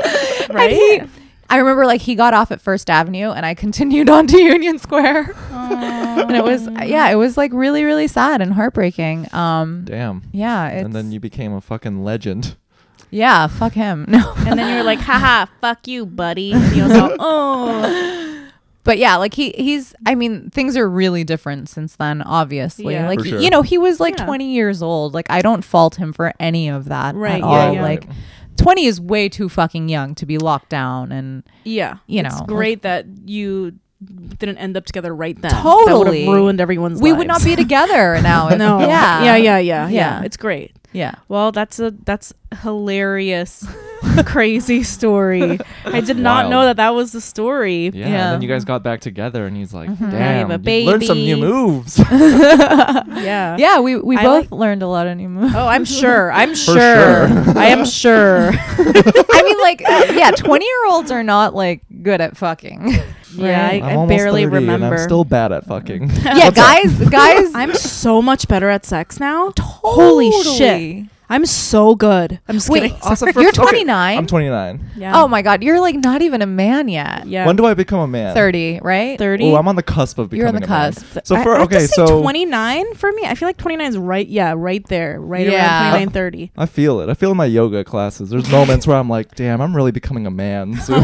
A: right?
C: he, I remember like he got off at First Avenue and I continued on to Union Square. and it was yeah, it was like really really sad and heartbreaking. Um
B: Damn.
C: yeah, it's
B: And then you became a fucking legend.
C: yeah, fuck him. No.
A: and then you were like, haha, fuck you, buddy. And he was all, oh.
C: But yeah, like he he's I mean, things are really different since then, obviously.
A: Yeah.
C: Like
B: For sure.
C: you know, he was like
A: Yeah.
C: 20 years old. Like I don't fault him for any of that
A: Right,
C: at
A: yeah,
C: all.
A: yeah.
C: Like 20 is way too fucking young to be locked down and
A: Yeah.
C: You
A: It's
C: know,
A: great that you didn't end up together right then. That would
C: Totally.
A: have ruined everyone's
C: we would not
A: lives.
C: be together now. if-
A: no.
C: Yeah.
A: yeah. Yeah. Yeah. Yeah.
C: Yeah.
A: It's great.
C: Yeah.
A: Well, that's a that's hilarious, crazy story. I did not
B: Wild.
A: know that that was the story.
B: Yeah.
C: Yeah.
B: And then you guys got back together, and he's like,
A: Mm-hmm. Now you
B: "Damn,
A: have a
B: you learned some new
A: baby."
B: moves."
A: Yeah.
C: Yeah, we, we
A: I
C: both learned a lot of new moves.
A: Oh, I'm sure. I'm
B: For
A: sure.
B: sure.
A: I am sure.
C: I mean, like, uh, yeah, 20 year olds are not like good at fucking.
A: Yeah, I,
C: Right.
A: I
B: almost
A: barely
B: 30
A: remember.
B: And I'm still bad at fucking.
C: yeah, guys, guys.
A: I'm so much better at sex now. Holy shit. I'm so good. I'm just
C: Wait,
A: kidding.
B: Also, for-
C: you're
B: okay,
C: 29.
B: I'm 29.
A: Yeah.
C: Oh my God, you're like not even a man yet.
A: Yeah.
B: When do I become a man?
C: 30, right?
A: 30.
B: Oh, I'm on the cusp of becoming
C: You're on the
B: a man.
C: cusp.
B: So for
A: I, I
B: okay,
A: have to say
B: so
A: 29 for me. I feel like 29 is right. Yeah, right there, right
C: Yeah.
A: around 29, 30.
B: I feel it. I feel in my yoga classes. There's moments where I'm like, "Damn, I'm really becoming a man." soon."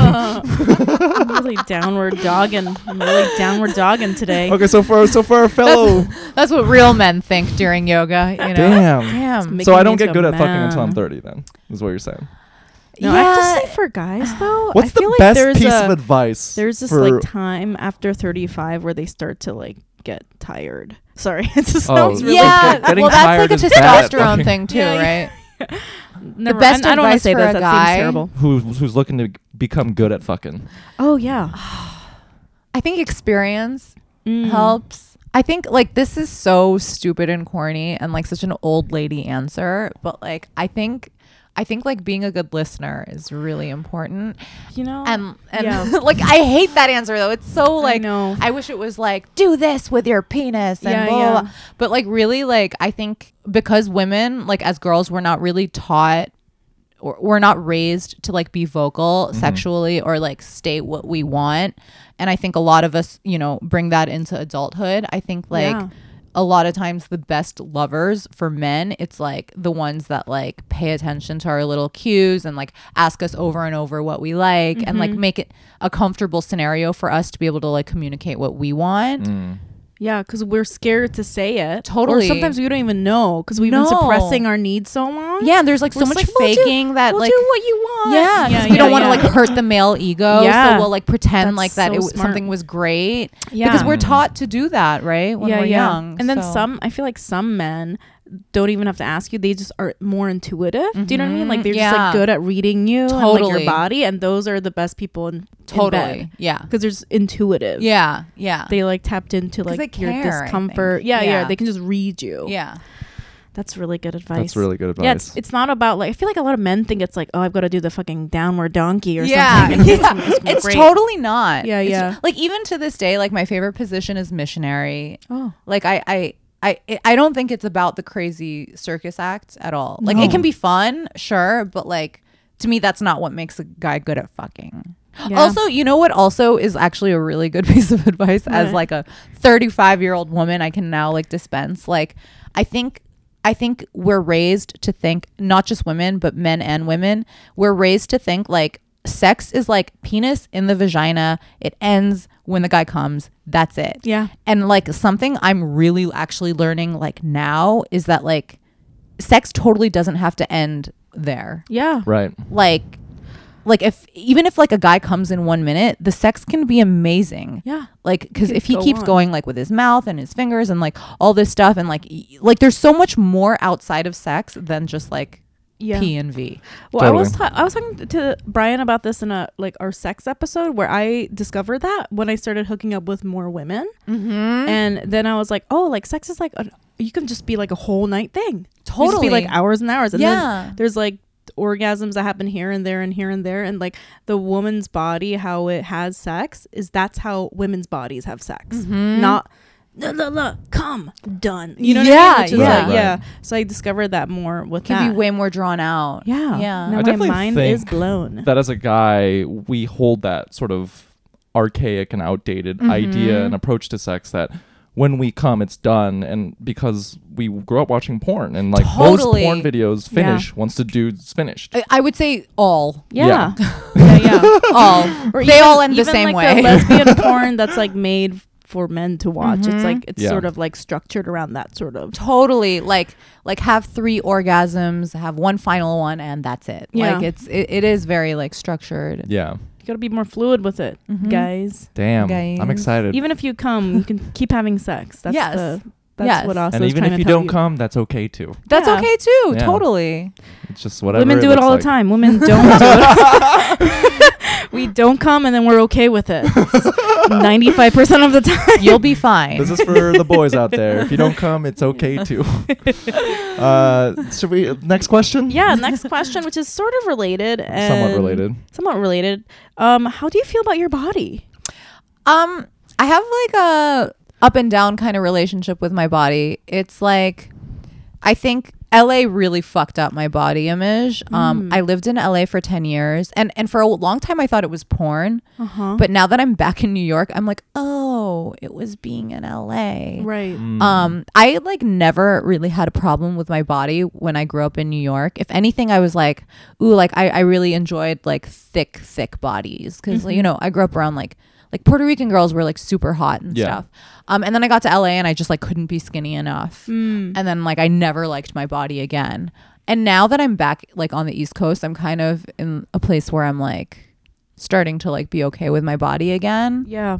A: I'm really downward dogging. I'm really downward dogging today.
B: okay, so for so for our fellow,
C: That's what real men think during yoga, you know?
B: Damn.
C: Damn.
A: It's
B: so I
A: making
B: don't
A: me
B: get
A: into
B: good
A: a
B: at fucking until I'm
A: man.
B: 30. Then is what you're saying.
A: No, I have to say for guys though,
B: What's
A: I feel
B: the
A: like
B: best
A: there's
B: piece
A: a,
B: of advice?
A: There's this
B: for
A: like time after 35 where they start to like get tired. Sorry, it just
B: Oh,
A: sounds really
C: yeah,
B: Getting- getting
C: well, that's
B: tired
C: like a
B: is bad.
C: testowanna thing, too,
A: Yeah, yeah.
C: right?
A: Never,
C: the best
A: I, I don't wanna
C: advice
A: say
C: for
A: this.
C: a
A: that
C: guy-
A: seems terrible.
B: who who's looking to become good at fucking.
A: Oh yeah,
C: I think experience
A: Mm.
C: helps. I think like this is so stupid and corny and like such an old lady answer, but like I think I think like being a good listener is really important.
A: You know,
C: And and
A: Yeah.
C: Um, like I hate that answer though. It's so like
A: know.
C: wish it was like do this with your penis and
A: Yeah,
C: blah, blah,
A: yeah.
C: blah. But like really like I think because women like as girls we're not really taught or we're not raised to like be vocal sexually or like state what we want. And I think a lot of us, you know, bring that into adulthood. I think like
A: Yeah.
C: a lot of times the best lovers for men, it's like the ones that like pay attention to our little cues and like ask us over and over what we like and
A: Mm-hmm.
C: like make it a comfortable scenario for us to be able to like communicate what we want.
A: yeah, because we're scared to say it.
C: Totally.
A: Or sometimes we don't even know because we've been
C: No.
A: suppressing our needs so long.
C: Yeah, and there's like
A: We're
C: so much
A: just like, we'll do-
C: faking that
A: we'll
C: like
A: do what you want.
C: Yeah, 'cause we don't want to like hurt the male ego.
A: Yeah.
C: so we'll like pretend
A: That's
C: like that
A: so
C: it w-
A: smart.
C: something was great.
A: Yeah.
C: because we're taught to do that, right? When we're young,
A: And then
C: so-
A: some, I feel like some men don't even have to ask you. They just are more intuitive. Do you know what I mean? Like they're just
C: Mm-hmm. Yeah.
A: like good at reading you and like
C: Totally.
A: your body. And those are the best people in
C: totally, yeah,
A: because they're just intuitive.
C: yeah, yeah,
A: They like tapped into like
C: they
A: your
C: care, I
A: discomfort.
C: think.
A: Yeah, yeah,
C: Yeah.
A: They can just read you.
C: yeah.
A: That's really good advice.
B: That's really good advice.
A: Yeah, it's, it's not about like I feel like a lot of men think it's like oh I've got to do the fucking downward donkey or
C: yeah,
A: something.
C: yeah. It's
A: great.
C: totally not.
A: Yeah,
C: It's-
A: yeah.
C: Like even to this day, like my favorite position is missionary.
A: Oh.
C: Like I, I. I, I don't think it's about the crazy circus act at all. Like
A: No.
C: it can be fun, sure, but like to me that's not what makes a guy good at fucking.
A: Yeah.
C: Also, you know what also is actually a really good piece of advice as
A: What?
C: like a 35-year-old woman I can now like dispense like I think I think we're raised to think not just women but men and women we're raised to think like sex is like penis in the vagina it ends when the guy comes that's it.
A: Yeah.
C: And like something I'm really actually learning like now is that like sex totally doesn't have to end there
A: Yeah.
B: Right.
C: like like if even if like a guy comes in one minute the sex can be amazing
A: Yeah.
C: like because
A: Could
C: if he
A: go
C: keeps
A: on.
C: going like with his mouth and his fingers and like all this stuff and like e- like there's so much more outside of sex than just like
A: Yeah.
C: p and v
A: Well, I was
B: Totally.
A: ta- I was talking to Brian about this in a like our sex episode where I discovered that when I started hooking up with more women,
C: mm-hmm.
A: and then I was like, oh, like sex is like an, you can just be like a whole night thing. You just be
C: Totally.
A: like hours and hours, and
C: Yeah.
A: then there's like orgasms that happen here and there and here and there, and like the woman's body, how it has sex is that's how women's bodies have sex,
C: Mm-hmm.
A: not. La, la, la, come done. You know
C: Yeah,
A: what I mean? Which is
C: yeah.
A: like,
B: Right,
A: yeah.
B: right.
A: So I discovered that more with
C: can
A: that.
C: be way more drawn out
A: Yeah.
C: yeah
A: Now
B: I
A: my
B: definitely
A: mind
B: think
A: is blown.
B: That as a guy, we hold that sort of archaic and outdated
A: Mm-hmm.
B: idea and approach to sex that when we come, it's done. And because we grew up watching porn, and like most
C: Totally.
B: porn videos
A: Yeah.
B: finish once the dude's finished.
C: I, I would say all
A: yeah.
B: Yeah.
A: Yeah, yeah.
C: all
A: Or
C: they
A: even-
C: all end the
A: even,
C: same
A: like,
C: way
A: lesbian porn that's like made for men to watch. It's like it's
B: Yeah.
A: sort of like structured around that sort of.
C: totally like like have three orgasms have one final one and that's it
A: Yeah.
C: like it's it, it is very like structured
B: Yeah.
A: You got to be more fluid with it, guys.
B: Damn.
C: Guys.
B: I'm excited.
A: Even if you come, you can keep having sex. That's
C: Yes.
A: the that's
C: Yes.
A: what also
B: and
A: is
B: even
A: trying
B: if
A: to
B: you
A: tell
B: don't come, that's okay too.
C: That's
A: Yeah.
C: okay too.
B: Yeah.
C: Totally.
B: It's just whatever.
A: Women do it
B: looks
A: all
B: like.
A: the time. Women don't do it. we don't come and then we're okay with it. 95% of the time.
C: You'll be fine.
B: This is for the boys out there. If you don't come, it's okay too. uh, should we? Next question.
A: Yeah, next question which is sort of related and
B: Somewhat related.
A: Somewhat related. Um how do you feel about your body?
C: um, I have like a up and down kind of relationship with my body. It's like I think LA really fucked up my body image.
A: Mm-hmm.
C: Um, I lived in LA for 10 years and and for a long time I thought it was porn,
A: Uh-huh.
C: but now that I'm back in New York, I'm like, "Oh, it was being in LA."
A: Right.
B: Mm.
C: Um, I like never really had a problem with my body when I grew up in New York. If anything, I was like, ooh, like I, I really enjoyed like thick, thick bodies because you know I grew up around like like Puerto Rican girls were like super hot and
B: Yeah.
C: stuff. Um, and then I got to LA and I just like couldn't be skinny enough. And then like I never liked my body again. And now that I'm back like on the East Coast, I'm kind of in a place where I'm like starting to like be okay with my body again
A: Yeah.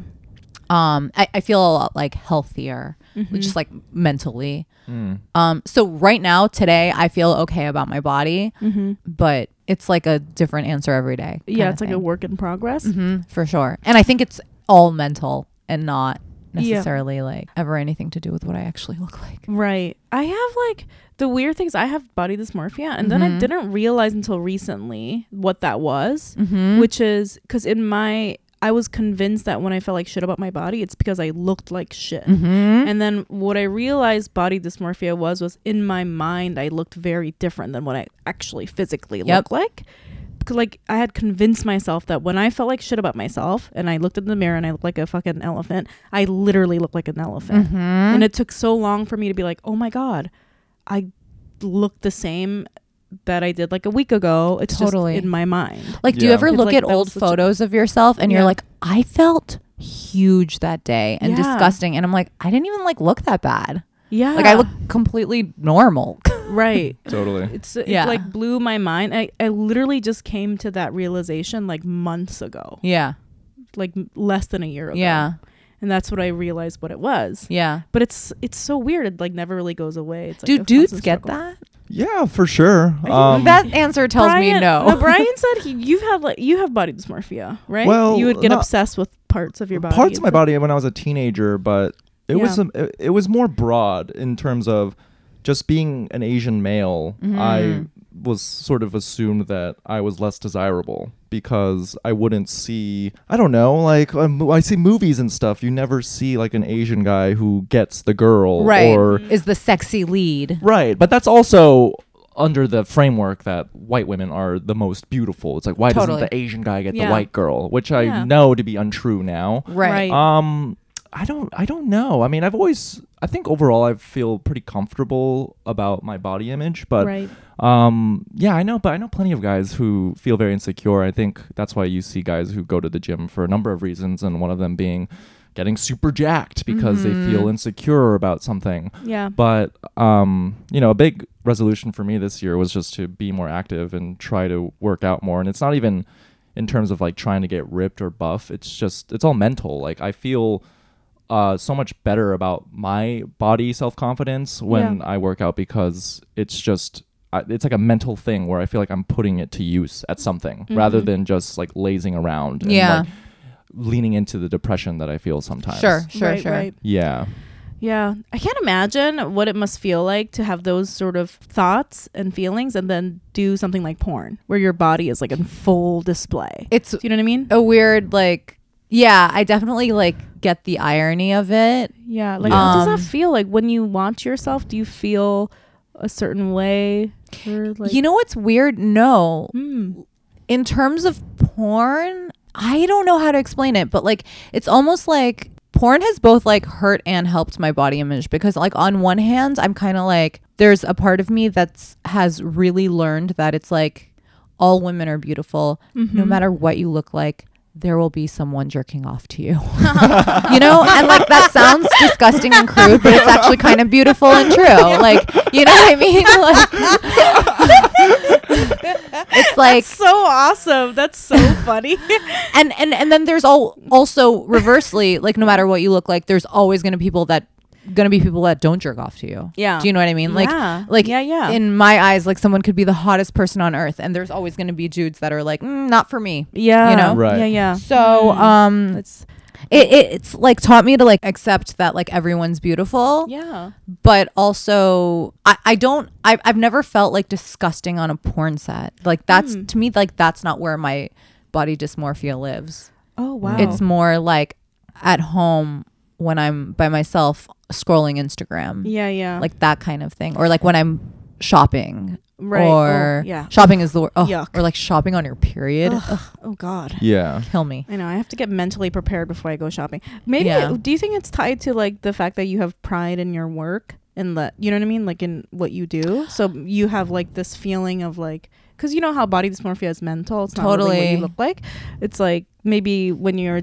C: um I, I feel a lot like healthier
A: Mm-hmm.
C: just like mentally
B: Mm.
C: um so right now today I feel okay about my body
A: Mm-hmm.
C: but it's like a different answer every day
A: Yeah, it's like a work in progress.
C: hmm for sure and I think it's all mental and not
A: Yeah.
C: necessarily like ever anything to do with what I actually look like
A: Right. I have like the weird things. I have body dysmorphia, and then I
C: Mhm.
A: didn't realize until recently what that was,
C: mm-hmm.
A: which is because in my, I was convinced that when I felt like shit about my body, it's because I looked like shit.
C: mm-hmm.
A: And then what I realized body dysmorphia was was in my mind I looked very different than what I actually physically
C: Yep.
A: looked like. Because like I had convinced myself that when I felt like shit about myself and I looked in the mirror and I looked like a fucking elephant, I literally looked like an elephant.
C: Mm-hmm.
A: And it took so long for me to be like, "Oh my god, I look the same that I did like a week ago." It's
C: Totally.
A: just in my mind.
C: like do you
B: Yeah.
C: ever
A: It's
C: look
A: like
C: at
A: that
C: old
A: was such a-
C: photos of yourself and
A: Yeah.
C: you're like I felt huge that day and
A: Yeah.
C: disgusting and I'm like I didn't even like look that bad
A: Yeah.
C: like I look completely normal
A: right.
B: Totally.
A: It's it
C: Yeah.
A: like blew my mind. I, I literally just came to that realization like months ago,
C: yeah
A: like m- less than a year ago.
C: Yeah.
A: and that's what I realized what it was.
C: Yeah.
A: But it's it's so weird. It like never really goes away. It's like
C: Do
A: a
C: dudes
A: constant
C: get
A: struggle.
C: that?
B: Yeah, for sure. Um,
C: that answer tells me
A: Brian-
C: no.
A: Brian said he, you've had like you have body dysmorphia, right?
B: Well,
A: you would get
B: not-
A: obsessed with parts of your body.
B: parts of my body when I was a teenager, but it was
A: Yeah.
B: some, it, it was more broad in terms of just being an Asian male. I
C: Mm.
B: was sort of assumed that I was less desirable because I wouldn't see. I don't know, like um, I see movies and stuff. You never see like an Asian guy who gets the girl,
C: Right. Mm-hmm.
B: Or
C: Is the sexy lead.
B: right, but that's also under the framework that white women are the most beautiful. It's like why
C: Totally.
B: doesn't the Asian guy get
A: Yeah.
B: the white girl, which I
A: Yeah.
B: know to be untrue now.
A: Right.
C: Right.
B: Um, I don't, I don't know. I mean, I've always, I think overall, I feel pretty comfortable about my body image, but,
A: Right.
B: um, yeah, I know, but I know plenty of guys who feel very insecure. I think that's why you see guys who go to the gym for a number of reasons, and one of them being getting super jacked because they
A: Mm-hmm.
B: feel insecure about something.
A: Yeah.
B: But um, you know, a big resolution for me this year was just to be more active and try to work out more. And it's not even in terms of like trying to get ripped or buff. It's just it's all mental. Like I feel uh, so much better about my body self confidence when I work out because it's just I, it's like a mental thing where I feel like I'm putting it to use at something rather than just like lazing around. And,
C: Mm-hmm. Yeah.
B: like, leaning into the depression that I feel sometimes.
C: Sure. Sure.
A: right,
C: sure.
A: Right.
B: Yeah.
A: Yeah. I can't imagine what it must feel like to have those sort of thoughts and feelings and then do something like porn where your body is like in full display.
C: It's
A: do you know what I mean?
C: a weird like. Yeah, I definitely like get the irony of it.
A: Yeah. Like,
B: Yeah.
A: how does
C: Um,
A: that feel? Like, when you want yourself, do you feel a certain way? Or like,
C: you know what's weird? No,
A: Hmm.
C: in terms of porn, I don't know how to explain it, but like it's almost like porn has both like hurt and helped my body image because like on one hand, I'm kind of like there's a part of me that's has really learned that it's like all women are beautiful no
A: Mm-hmm.
C: matter what you look like. There will be someone jerking off to you. you know? And like that sounds disgusting and crude, but it's actually kind of beautiful and true. Like, you know what I mean? Like, it's like
A: so awesome. That's so funny.
C: and and and then there's all also reversely like no matter what you look like there's always going to people that going to be people that don't jerk off to you
A: Yeah.
C: do you know what i mean like
A: Yeah.
C: like
A: Yeah, yeah.
C: in my eyes like someone could be the hottest person on earth and there's always going to be dudes that are like mm, not for me
A: yeah. Mm.
C: You know?
B: Right.
A: Yeah. Yeah.
C: so um
A: That's,
C: it, it it's like taught me to like accept that like everyone's beautiful
A: yeah.
C: but also I, I don't I, I've never felt like disgusting on a porn set like that's
A: Mm.
C: to me like that's not where my body dysmorphia lives
A: Oh, wow.
C: it's more like at home when I'm by myself scrolling Instagram,
A: yeah. Yeah.
C: like that kind of thing, or like when I'm shopping,
A: Right.
C: Or
A: Oh, yeah.
C: shopping is the word. Oh,
A: Yuck.
C: Or like shopping on your period, Ugh,
A: oh, God.
B: Yeah.
C: kill me.
A: I know. I have to get mentally prepared before I go shopping. Maybe
C: Yeah.
A: do you think it's tied to like the fact that you have pride in your work and that you know what I mean, like in what you do. So you have like this feeling of like because you know how body dysmorphia is mental. It's not really what
C: Totally.
A: you look like. It's like maybe when you're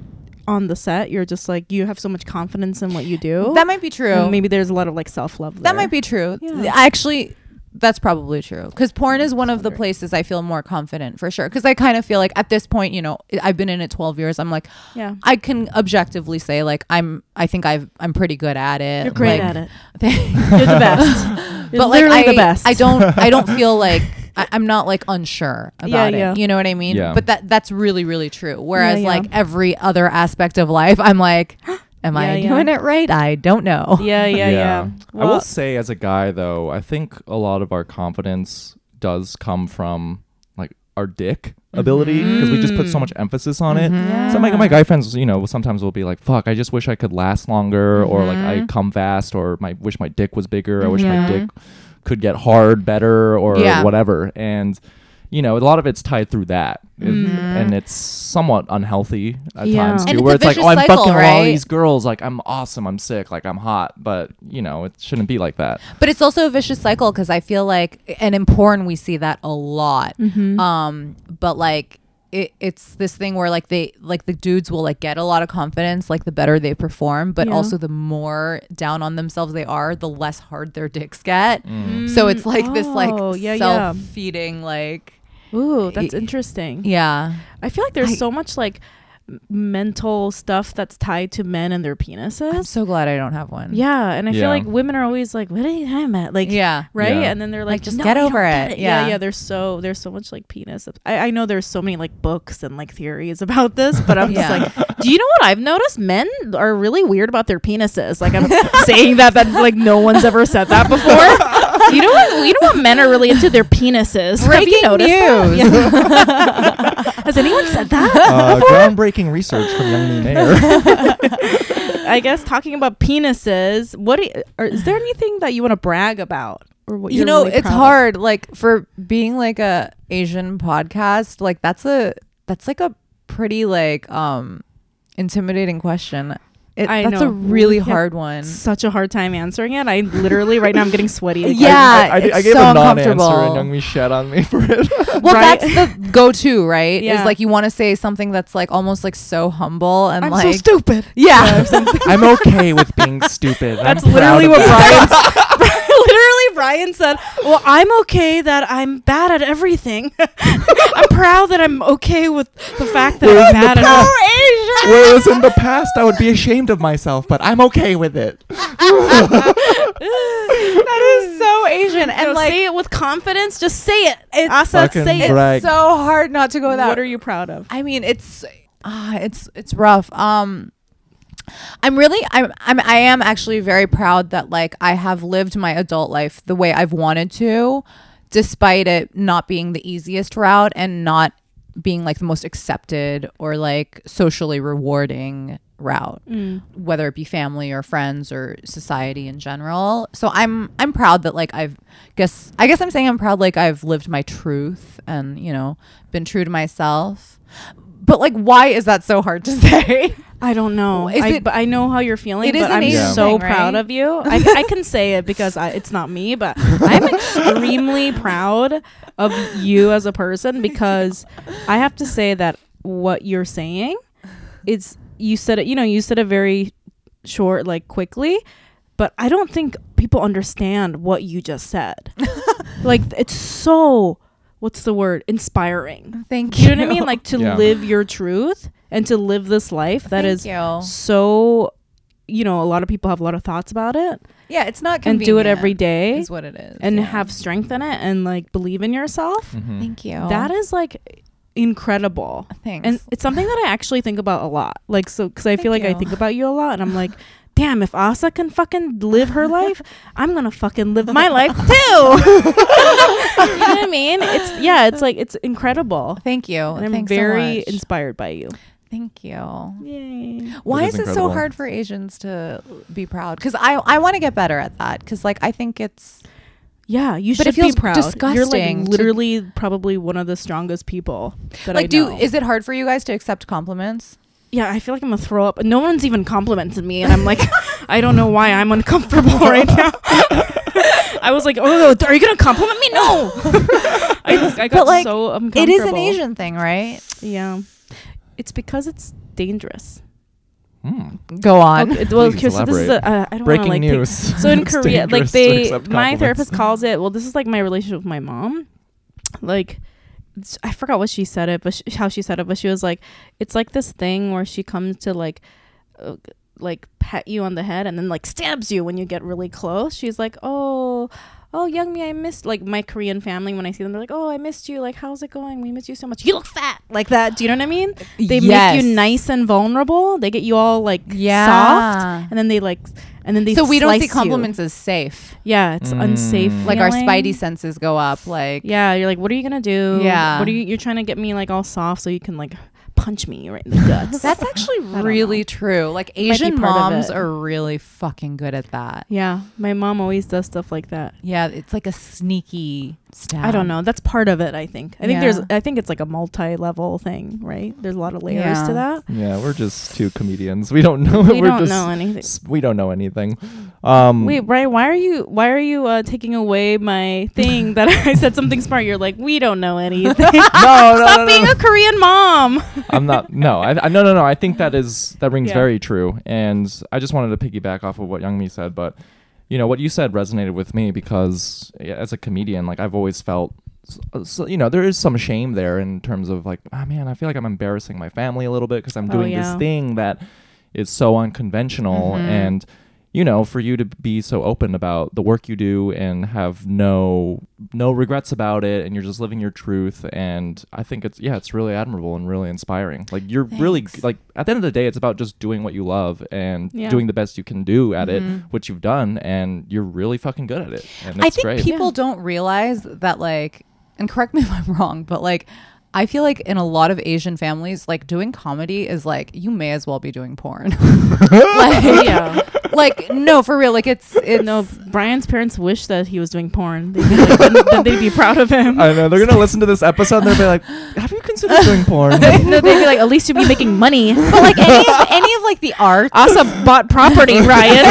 A: on the set, you're just like you have so much confidence in what you do.
C: That might be true.
A: And maybe there's a lot of like self love.
C: that might be true.
A: Yeah.
C: Actually, that's probably true because porn is one of the places I feel more confident for sure. Because I kind of feel like at this point, you know, I- I've been in it 12 years. I'm like,
A: Yeah.
C: I can objectively say like I'm. I think I've. I'm pretty good at it.
A: You're great
C: Like,
A: at it.
C: Thanks.
A: You're the best. You're
C: but like
A: literally
C: I,
A: the best.
C: I don't I don't feel like I, I'm not like unsure about
A: Yeah,
C: it.
A: yeah.
C: You know what I mean?
B: Yeah.
C: But that that's really really true. Whereas
A: yeah.
C: like every other aspect of life, I'm like, am I
A: Yeah, yeah.
C: doing it right? I don't know.
A: Yeah. Yeah. Yeah.
B: I
A: Well-
B: will say, as a guy, though, I think a lot of our confidence does come from like our dick
A: Mm-hmm.
B: ability because we just put so much emphasis on it. So my, my guy friends, you know, sometimes will be like, "Fuck, I just wish I could last longer," or like,
A: Mm-hmm.
B: "I come fast," or "My wish my dick was bigger," "I wish
C: Yeah.
B: my dick could get hard better," or
C: Yeah.
B: whatever. And you know, a lot of it's tied through that, If- and it's somewhat unhealthy at
A: Yeah.
B: times
A: And
B: too,
C: it's
B: where
C: a
B: it's like, "Oh,
C: vicious
B: I'm
C: cycle,
B: fucking all
C: right?
B: these girls like I'm awesome, I'm sick, like I'm hot, but you know, it shouldn't be like that.
C: But it's also a vicious cycle because I feel like, and in porn we see that a lot. Um, but like. It, it's this thing where like they like the dudes will like get a lot of confidence like the better they perform but
A: Yeah.
C: also the more down on themselves they are the less hard their dicks get so it's like this like
A: Oh, yeah, yeah.
C: self-feeding like
A: Ooh, that's interesting.
C: yeah
A: I feel like there's
C: I-
A: so much like m- mental stuff that's tied to men and their
C: i'm
A: penises.
C: so glad i don't have one
A: yeah, and I
B: Yeah.
A: feel like women are always like, "What are you talking about?" Like,
C: Yeah.
A: right.
B: Yeah.
A: And then they're like,
C: Like, just
A: "No,
C: get
A: you don't
C: over
A: get
C: it."
A: Yeah,
C: Yeah.
A: yeah. There's so there's so much like penis. I, I know there's so many like books and like theories about this, but I'm
C: Yeah.
A: just like, do you know what I've noticed? Men are really weird about their penises. Like I'm saying that that like no one's ever said that before. you know what? You know what? Men are really into their penises. Have you
C: Breaking
A: noticed? that?
C: news.
A: Yeah. Has anyone said that?
B: Uh, groundbreaking research from Young Me Mayer.
A: I guess talking about penises, what do you- or is there anything that you want to brag about? or what
C: you
A: you're
C: know
A: really
C: it's
A: proud of?
C: hard like for being like a asian podcast like that's a that's like a pretty like um intimidating question it,
A: I
C: that's
A: know.
C: a really
A: Yeah.
C: hard one
A: Such a hard time answering it. I literally right now I'm getting sweaty.
C: Yeah,
B: I, I, I,
C: it's
B: I gave
C: so
B: a non-answer
C: uncomfortable.
B: and Young Me shat on me for it.
C: well
A: Right?
C: that's the go-to right
A: Yeah.
C: is like you want to say something that's like almost like so humble and
A: I'm
C: like
A: so stupid.
C: yeah
B: I'm okay with being stupid.
A: That's literally what Brian. literally, Brian said, "Well, I'm okay that I'm bad at everything. I'm proud that I'm okay with the fact that
B: We're
A: I'm
B: in the
A: bad at."
B: past.
A: Asian.
B: Whereas in the past, I would be ashamed of myself, but I'm okay with it.
C: that is so asian and
A: No,
C: like
A: say it with confidence. Just say it.
C: It's-
A: Asa,
B: Fucking
A: say it.
B: bra- brag.
C: it's so hard not to go without
A: What are you proud of?
C: I mean, it's ah, it's it's rough. Um, I'm really I'm, I'm I am actually very proud that like I have lived my adult life the way I've wanted to, despite it not being the easiest route and not being like the most accepted or like socially rewarding route whether it be family or friends or society in general so i'm i'm proud that like i've guess i guess i'm saying i'm proud like i've lived my truth and you know been true to myself but like why is that so hard to say
A: I don't know.
C: Is
A: I,
C: it-
A: but I know how you're feeling.
C: It is
A: but
C: an
A: I'm
C: Asian
A: so
C: thing,
A: proud
C: right?
A: of you. I, I can say it because I, it's not me, but I'm extremely proud of you as a person because I have to say that what you're saying, it's you said it. You know, you said it very short, like quickly, but I don't think people understand what you just said. like it's so. What's the word? Inspiring.
C: thank
A: Do you know what I mean? Like to
B: Yeah.
A: live your truth and to live this life that is
C: you.
A: so, you know, a lot of people have a lot of thoughts about it
C: yeah it's not
A: and
C: convenient
A: do it every day
C: is what it is
A: and
C: yeah.
A: have strength in it and like believe in
B: Mm.
A: yourself.
B: Mm-hmm.
C: thank you
A: That is like incredible.
C: thanks
A: And it's something that I actually think about a lot. Like, so, because I feel
C: Thank
A: like I
C: you.
A: think about you a lot and I'm like, damn, if Asa can fucking live her life, I'm going to fucking live my life too. you know what I mean? It's, yeah, it's like, it's incredible.
C: thank you
A: And I'm
C: Oh, thanks so
A: very
C: much.
A: inspired by you.
C: thank you
A: Yay.
C: why
B: It
C: is,
B: is
C: it so
B: incredible.
C: hard for asians to be proud because i i want to get better at that because like i think it's
A: Yeah, you
C: But
A: should
C: it feels
A: be proud. You're
C: disgusting
A: like
C: to-
A: literally probably one of the strongest people that
C: like
A: I
C: do
A: know.
C: is it hard for you guys to accept compliments
A: yeah, I feel like I'm gonna throw up. No one's even complimented me, and I'm like, I don't know why I'm uncomfortable right now. I was like, oh, are you gonna compliment me? No. I, I got
C: But, like,
A: so
C: it
A: uncomfortable.
C: is an asian thing right
A: Yeah, it's because it's dangerous.
B: Hmm.
C: go on
A: Okay, well, okay,
B: Please
A: so this is
B: elaborate.
A: a, uh, I don't want
B: Breaking
A: to like take-
B: news.
A: so in
B: It's
A: Korea, like
B: dangerous to
A: they,
B: accept
A: my
B: compliments.
A: therapist calls it. Well, this is like my relationship with my mom. Like, it's- I forgot what she said it, but sh how she said it, but she was like, it's like this thing where she comes to like, uh, like pat you on the head and then like stabs you when you get really close. She's like, oh. Oh, young me, I missed like my Korean family. When I see them, they're like, "Oh, I missed you. Like, how's it going? We miss you so much. You look fat, like that. Do you know what I mean? They make you
C: Yes.
A: nice and vulnerable. They get you all like
C: Yeah.
A: soft, and then they like, and then they
C: so we don't see
A: slice you.
C: compliments as safe
A: Yeah, it's unsafe.
B: Mm.
C: like our
A: feeling.
C: spidey senses go up like
A: Yeah, you're like, what are you gonna do?
C: Yeah.
A: what are you? You're trying to get me like all soft so you can like punch me right in the guts.
C: that's actually
A: don't
C: really true like
A: be
C: asian
A: part of
C: moms
A: it.
C: are really fucking good at that
A: yeah, my mom always does stuff like that.
C: yeah it's like a sneaky stab
A: I don't know. That's part of it. I think. I think
C: Yeah.
A: there's. I think it's like a multi-level thing, right? There's a lot of layers
C: Yeah.
A: to that.
B: Yeah, we're just two comedians. We don't know.
A: We
B: are
A: don't
B: just,
A: know anything.
B: s- We don't know anything. Um,
A: Wait, Brian, why are you why are you uh, taking away my thing that I said something smart? You're like, we don't know anything.
B: no, no,
A: Stop
B: no, no.
A: being a Korean mom.
B: I'm not. No, I, I no no no. I think that is that rings
A: Yeah.
B: very true, and I just wanted to piggyback off of what Young Me said, but you know what you said resonated with me because yeah, as a comedian, like I've always felt. s- uh, So, you know there is some shame there in terms of like oh man I feel like I'm embarrassing my family a little bit because I'm
A: Oh,
B: doing
A: yeah.
B: this thing that is so unconventional
A: Mm-hmm.
C: Mhm.
B: and you know for you to be so open about the work you do and have no no regrets about it and you're just living your truth and i think it's yeah it's really admirable and really inspiring like you're really
C: Thanks.
B: like at the end of the day it's about just doing what you love and
A: Yeah. Mm-hmm.
B: doing the best you can do at
C: Mhm.
B: it which you've done and you're really fucking good at it and it's
C: I think
B: great
C: people
A: Yeah.
C: don't realize that like and correct me if I'm wrong, but like I feel like in a lot of Asian families, like doing comedy is like you may as well be doing porn. like,
A: yeah.
C: like no, for real. Like it's it's
A: No, Brian's parents wish that he was doing porn. They'd be like, then, then they'd be proud of him.
B: I know they're gonna listen to this episode and they'll be like, "Have you considered doing porn?"
A: no, they'd be like, at least you'd be making money.
C: but like any of, any of like the art.
A: Asa bought property, Ryan.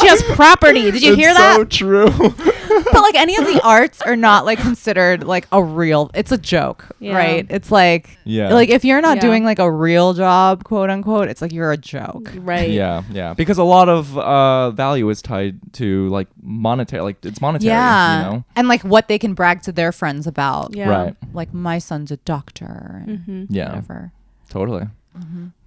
A: she has property. Did you hear
B: it's
A: that?
B: So true.
C: but like any of the arts are not like considered like a real it's a joke
A: Yeah.
C: right it's like
B: Yeah.
C: like if you're not
A: Yeah.
C: doing like a real job quote unquote it's like you're a joke
A: right.
B: Yeah, yeah. Because a lot of uh, value is tied to like monetary, like it's monetary.
C: yeah
B: You know.
C: and like what they can brag to their friends about
A: Yeah. Mm-hmm.
B: Right.
C: like my son's a doctor and
B: Yeah.
C: whatever
B: Totally.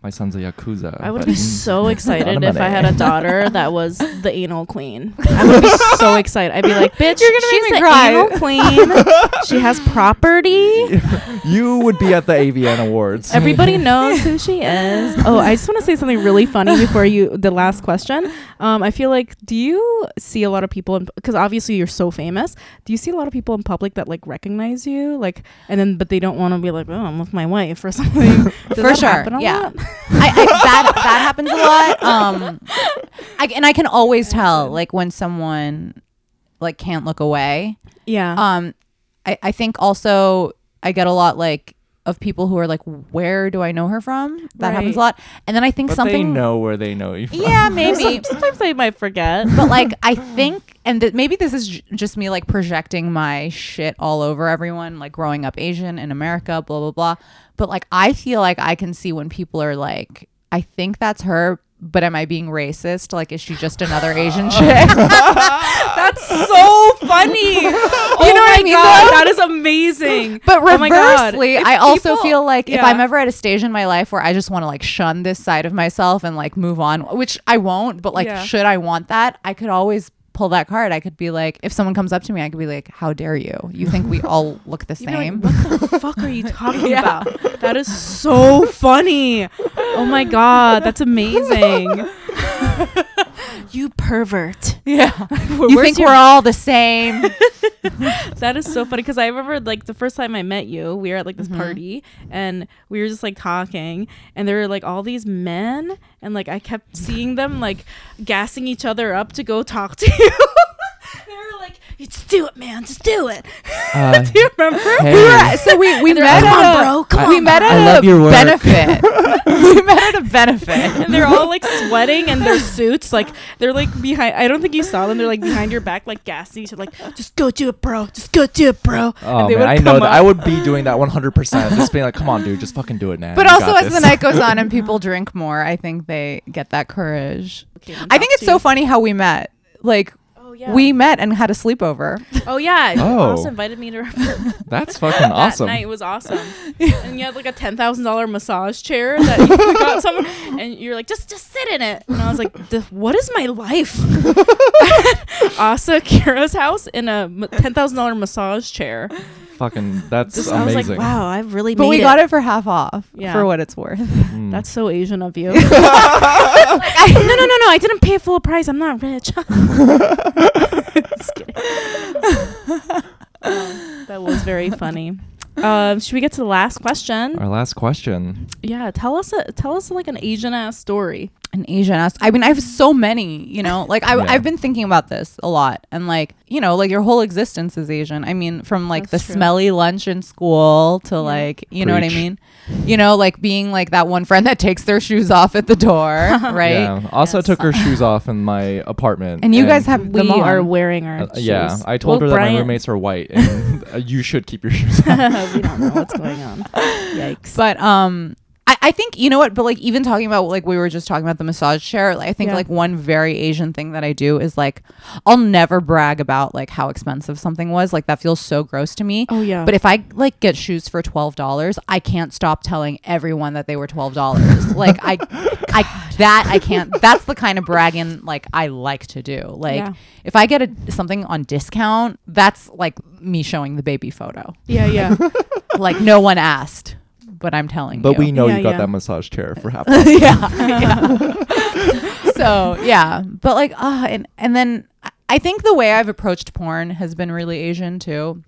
B: My son's a yakuza.
A: I would
B: but-
A: be
B: Mm.
A: so excited
B: Not
A: if I had a
B: money.
A: daughter that was the anal queen. I would be so excited. I'd be like, bitch,
C: You're gonna make
A: she's
C: me
A: the
C: cry."
A: anal queen. she has property.
B: you would be at the AVN Awards.
A: Everybody knows who she is. Oh, I just want to say something really funny before you the last question. Um, I feel like do you see a lot of people in because obviously you're so famous. Do you see a lot of people in public that like recognize you, like, and then but they don't want to be like, oh, I'm with my wife or something. Does
C: For
A: that
C: sure,
A: happen a
C: yeah.
A: lot?
C: I, I, that that happens a lot. Um, I, and I can always tell like when someone like can't look away.
A: yeah.
C: Um, I, I think also I get a lot like of people who are like, where do I know her from? That happens a
A: Right.
C: lot. And then I think
B: But they
C: something.
B: know where they know you from.
C: Yeah,
A: Some-
C: maybe.
A: sometimes I might forget.
C: but like I think, and th- maybe this is j- just me like projecting my shit all over everyone, like growing up Asian in America, blah blah blah. But like I feel like I can see when people are like, I think that's her. But am I being racist? Like, is she just another Asian chick?
A: That's so funny. you know what
C: Oh my
A: I mean?
C: God.
A: though? That is amazing.
C: But
A: Oh my God.
C: reversely,
A: If
C: I also
A: people-
C: feel like if
A: Yeah.
C: I'm ever at a stage in my life where I just want to like shun this side of myself and like move on, which I won't, but like,
A: Yeah.
C: should I want that? I could always pull that card. I could be like, if someone comes up to me, I could be like, how dare you? You think we all look the
A: You'd be like,
C: same?
A: what the fuck are you talking about? That is so funny. Oh my god, that's amazing. you pervert.
C: yeah. you think we're all the same?
A: That is so funny because I remember like the first time I met you, we were at like this party and we were just like talking, and there were like all these men, and like I kept seeing them like gassing each other up to go talk to you. they were like, "Just do it, man. Just do it."
B: Uh,
A: do you remember?
B: hey.
C: We were- so we, we met
A: like, "Come
C: at
A: on,
C: a,
A: bro. Come
C: we
A: on,
C: met
A: bro."
C: at
B: I
C: a
B: love your work.
C: benefit. we met at a benefit.
A: and they're all like sweating and their suits like they're like behind i don't think you saw them they're like behind your back like gassing each other like just go do it bro just go do it bro
B: Oh
A: and they
B: man,
A: would
B: I
A: come
B: know that.
A: up.
B: I would be doing that 100%. Just being like, come on, dude, just fucking do it now.
C: But
B: You
C: also,
B: got
C: as the
B: this."
C: night goes on and people drink more, I think they get that courage.
A: Okay, then
C: I think
A: talk
C: it's
A: to
C: so
A: you.
C: funny how we met. Like,
A: oh yeah
C: we met and had a sleepover.
A: oh yeah
B: Oh.
A: also invited me to that
B: That's fucking awesome.
A: night was awesome and you had like a ten thousand dollar massage chair that you got someone and you're like just just sit in it and i was like "The- what is my life asa kira's house in a m- ten thousand dollar massage chair
B: Fucking, that's
A: Just- i was
B: amazing.
A: like wow i've really
C: But
A: made
C: we
A: it.
C: got it for half off
A: Yeah.
C: for what it's worth.
B: Mm.
A: That's so Asian of you. Like, I- no, no, no, no. I didn't pay full price. I'm not rich. Just kidding. Um, that was very funny. Um, should we get to the last question?
B: Our last question.
A: Yeah, tell us a, tell us like an Asian ass story.
C: An Asian ass. I mean, I have so many, you know, like I,
B: Yeah.
C: I've been thinking about this a lot. And like, you know, like your whole existence is Asian. I mean, from like
A: That's
C: the
A: true.
C: smelly lunch in school to like, you know what I
B: Preach.
C: mean? You know, like being like that one friend that takes their shoes off at the door, right?
B: Yeah. Also took her shoes off in my apartment.
C: And you guys have
A: We
C: them all.
A: are wearing our
B: Uh, yeah,
A: shoes.
B: I told
A: Well,
B: her that
A: Brian-
B: my roommates are white, and uh, you should keep your shoes on.
A: we don't know what's going on. Yikes!
C: But um I, I think you know what, but like even talking about like we were just talking about the massage chair, like, I think
A: Yeah.
C: like one very Asian thing that I do is like I'll never brag about like how expensive something was. Like that feels so gross to me.
A: oh yeah,
C: But if I like get shoes for twelve dollars, I can't stop telling everyone that they were twelve dollars. like I, I that I can't. That's the kind of bragging like I like to do. Like
A: Yeah.
C: if I get a, something on discount, that's like me showing the baby photo.
A: yeah, yeah.
C: like no one asked, but I'm telling you.
B: But we know
A: Yeah,
B: you got
A: yeah.
B: that massage chair for half.
C: yeah, yeah. so yeah, but like, ah, and and then I- I think the way I've approached porn has been really Asian too.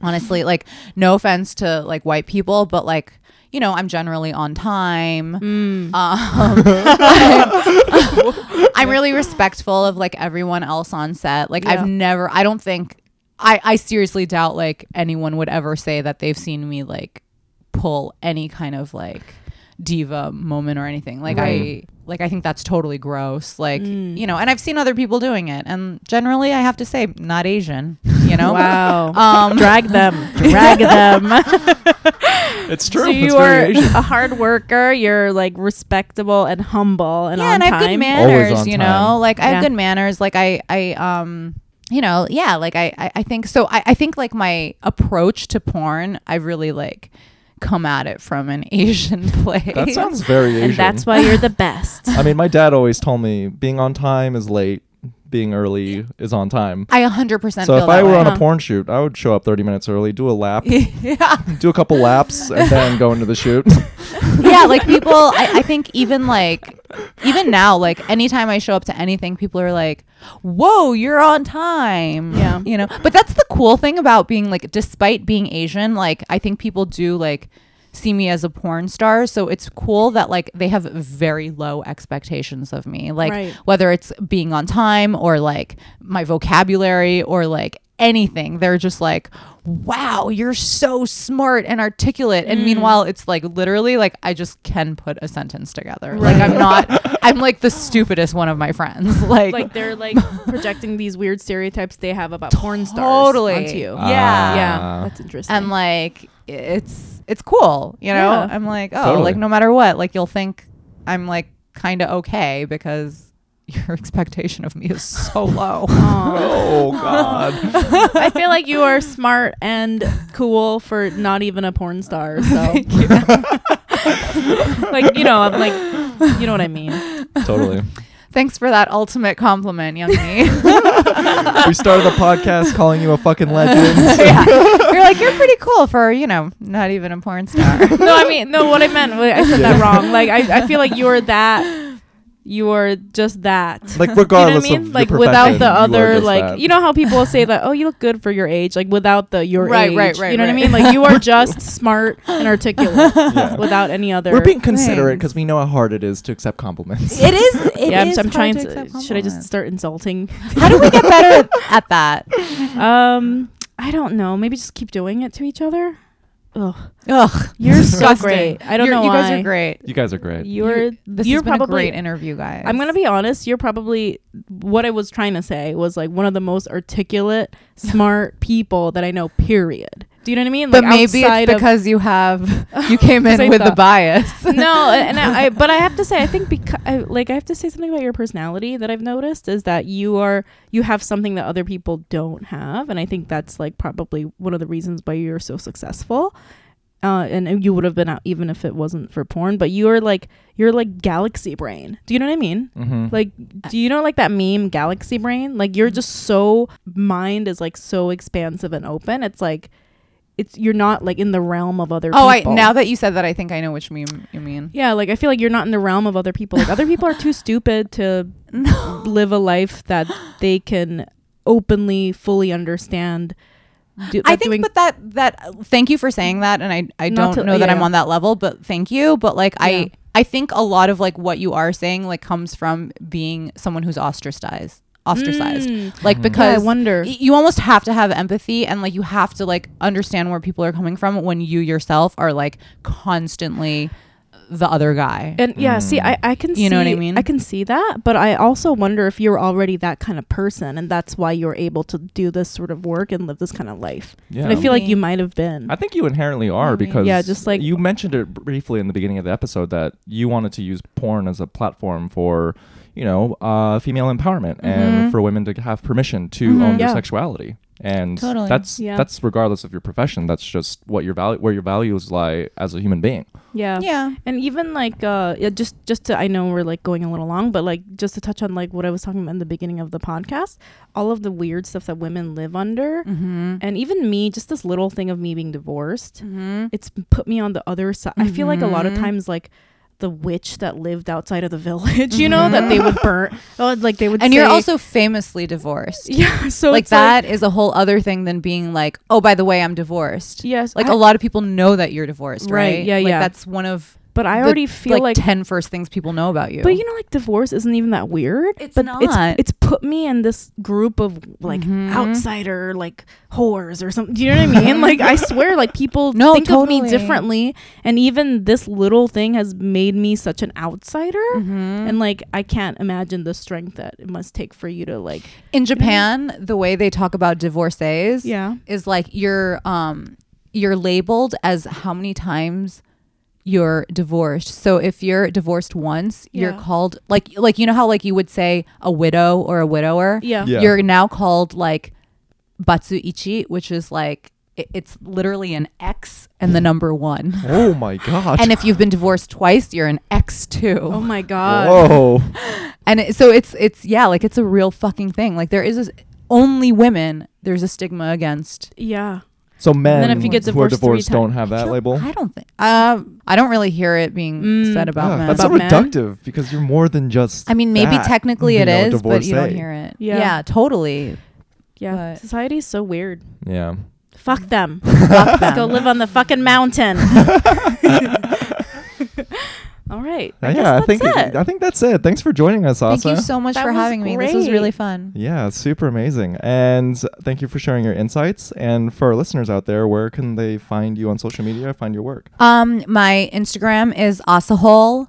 C: Honestly, like no offense to like white people, but like you know, I'm generally on time.
A: Mm.
C: Um, I, am really respectful of like everyone else on set. Like
A: Yeah.
C: I've never, I don't think, I, I seriously doubt like anyone would ever say that they've seen me like pull any kind of like diva moment or anything. Like
B: Right.
C: I, like I think that's totally gross. Like
A: Mm.
C: you know, and I've seen other people doing it, and generally, I have to say, not Asian. You know,
A: Wow.
B: Uh,
C: Um,
A: Oh. drag them. Drag them.
B: It's true.
A: so
B: it's
A: you are
B: very Asian.
A: a hard worker. You're like respectable and humble and
C: yeah,
A: on
C: and I have good
A: time.
B: Always
C: manners,
B: on
C: you
B: time.
C: know. Like I have
A: Yeah.
C: good manners. Like I, I, um, you know, yeah. Like I, I, I think so. I, I think like my approach to porn, I really like come at it from an Asian place.
B: that sounds very Asian.
A: and that's why you're the best.
B: I mean, my dad always told me being on time is late, being early is on time.
C: I 100%
B: So
C: feel
B: if I
C: that
B: were
C: way.
B: on
A: Huh.
B: a porn shoot, I would show up 30 minutes early, do a lap,
C: yeah.
B: do a couple laps, and then go into the shoot.
C: yeah, like people, I, I think even like, even now, like anytime I show up to anything, people are like, whoa, you're on time.
A: Yeah.
C: You know, but that's the cool thing about being like, despite being Asian, like, I think people do like see me as a porn star. So it's cool that like they have very low expectations of me. Like,
A: Right.
C: whether it's being on time or like my vocabulary or like anything they're just like wow you're so smart and articulate
A: Mm.
C: and meanwhile it's like literally like i just can put a sentence together like i'm not i'm like the stupidest one of my friends like,
A: like they're like projecting these weird stereotypes they have about porn stars
C: totally
A: onto you.
C: yeah
A: yeah,
B: Ah.
A: that's interesting.
C: and like it's it's cool you know
A: Yeah.
C: i'm like oh
B: Totally.
C: like no matter what like you'll think i'm like kind of okay because your expectation of me is so low
B: oh God.
A: I feel like you are smart and cool for not even a porn star. So, like you know, I'm like, you know what I mean.
B: totally.
C: Thanks for that ultimate compliment, young me.
B: We started the podcast calling you a fucking legend.
C: Yeah. You're like, you're pretty cool for, you know, not even a porn star.
A: No, I mean, no. What I meant, wa- I said that wrong. Like, I, I feel like you are that. You are just that.
B: Like
A: You know what I
B: regardless of
A: mean?
B: your
A: Like without
B: perfection,
A: the
B: you are
A: other,
B: just
A: like
B: that.
A: you know how people say that, oh, you look good for your age. Like without the your
C: Right,
A: age,
C: right, right,
A: You know what I
C: right.
A: mean? Like you are just smart and articulate
B: Yeah.
A: without any other.
B: We're being considerate
C: things.
B: because we know how hard it is to accept compliments.
C: It is. It
A: yeah, I'm,
C: is
A: I'm
C: hard
A: trying
C: to accept
A: to. Should I just
C: compliments.
A: start insulting?
C: How do we get better at that?
A: Um, I don't know. Maybe just keep doing it to each other. Ugh,
C: Ugh,
A: you're so
C: disgusting.
A: great. I don't
C: You're-
A: know
C: You guys
A: why.
C: are great.
B: You guys are great.
A: You're
C: This
A: you're
C: has been
A: probably.
C: a great interview, guys.
A: I'm gonna be honest. You're probably what I was trying to say was like one of the most articulate, smart people that I know. Period. Do you know what I mean?
C: But
A: like
C: maybe
A: outside
C: it's
A: of-
C: because you have you came
A: Because I
C: in with a
A: thought-
C: bias.
A: no, and I, I but I have to say I think because I, like I have to say something about your personality that I've noticed is that you are you have something that other people don't have, and I think that's like probably one of the reasons why you're so successful. Uh, and you would have been out even if it wasn't for porn, but you are like you're like galaxy brain. Do you know what I mean?
B: Mm-hmm.
A: Like, do you know like that meme galaxy brain? Like you're just so mind is like so expansive and open. It's like it's you're not like in the realm of other.
C: Oh, I,
A: people.
C: now that you said that, I think I know which meme you mean.
A: Yeah, like I feel like you're not in the realm of other people. Like other people are too stupid to live a life that they can openly, fully understand. Do,
C: I
A: like
C: think,
A: doing-
C: but that that thank you for saying that, and I I
A: Not to-
C: don't know that
A: yeah.
C: I'm on that level, but thank you. But like
A: Yeah.
C: I I think a lot of like what you are saying like comes from being someone who's ostracized, ostracized,
A: Mm.
C: like
A: Yeah, I
C: because.
A: wonder.
C: y- you almost have to have empathy and like you have to like understand where people are coming from when you yourself are like constantly the other guy.
A: And yeah, see, I, I can see,
C: You know what I mean?
A: I can see that, but I also wonder if you're already that kind of person, and that's why you're able to do this sort of work and live this kind of life.
B: Yeah.
A: And I feel like you
C: Maybe.
A: might have been.
B: I think you inherently are because
A: Yeah, just like-
B: you mentioned it briefly in the beginning of the episode that you wanted to use porn as a platform for you know uh, female empowerment and for women to have permission to own their
A: Mm-hmm. Yeah.
B: sexuality and
C: Totally.
B: that's
A: Yeah.
B: that's regardless of your profession that's just what your value where your values lie as a human being
A: yeah.
C: yeah.
A: and even like uh yeah, just just to i know we're like going a little long but like just to touch on like what i was talking about in the beginning of the podcast all of the weird stuff that women live under
C: Mm-hmm.
A: and even me just this little thing of me being divorced
C: Mm-hmm.
A: it's put me on the other side i feel like a lot of
C: Mhm.
A: times like the witch that lived outside of the village, you know, that they would burn. Oh, like they would.
C: Mm-hmm. and you're
A: say-
C: also famously divorced.
A: yeah. So
C: like
A: it's like-
C: that is a whole other thing than being like, oh, by the way, I'm divorced.
A: yes.
C: Like
A: I-
C: a lot of people know that you're divorced,
A: Right,
C: right?
A: yeah,
C: like,
A: yeah.
C: That's one of
A: But I
C: the,
A: already feel like,
C: like, ten first things people know about you.
A: But you know, like divorce isn't even that weird.
C: It's
A: but It's,
C: not.
A: it's put me in this group of like
C: Mhm.
A: outsider, like whores or something. Do you know what I mean? like I swear, like people
C: No,
A: think of me
C: totally.
A: differently, and even this little thing has made me such an outsider.
C: Mm-hmm.
A: And like I can't imagine the strength that it must take for you to like.
C: in Japan, the way they talk about divorcees,
A: Yeah.
C: is like you're um you're labeled as how many times you're divorced. So if you're divorced once,
A: Yeah.
C: you're called like like you know how like you would say a widow or a widower.
A: Yeah.
B: Yeah.
C: You're now called like batsu ichi, which is like i- it's literally an X and the number 1.
B: Oh my gosh.
C: and if you've been divorced twice, you're an X2.
A: Oh my god.
B: Whoa.
C: And it, so it's it's yeah, like it's a real fucking thing. Like there is this, only women. There's a stigma against.
A: Yeah.
B: So men
A: then if you get
B: who are
A: divorced three
B: divorced
A: ti-
B: don't have that
C: No,
B: label.
C: I don't think. Um, I don't really hear it being
A: Mm.
C: said about
B: Yeah,
C: men.
B: that's
A: About
B: so
A: men.
B: reductive because you're more than just.
C: I mean, maybe
B: that,
C: technically
B: you
C: it
B: know,
C: is, but you don't
B: divorcee.
C: hear it.
A: Yeah.
C: Yeah, totally.
A: Yeah.
C: But-
A: Society's so weird.
B: yeah.
A: Fuck them.
C: Fuck
A: Let's go
C: them.
A: live on the fucking mountain. All right. I
B: Uh,
A: guess
B: yeah, I
A: that's
B: think
A: it.
B: I think that's it. Thanks for joining us,
C: Thank
B: Asa.
C: you so much
A: That
C: for
A: was
C: having me. This was
A: great.
C: really fun.
B: yeah, super amazing. And thank you for sharing your insights. And for our listeners out there, where can they find you on social media, find your work?
C: Um, my Instagram is Asahol.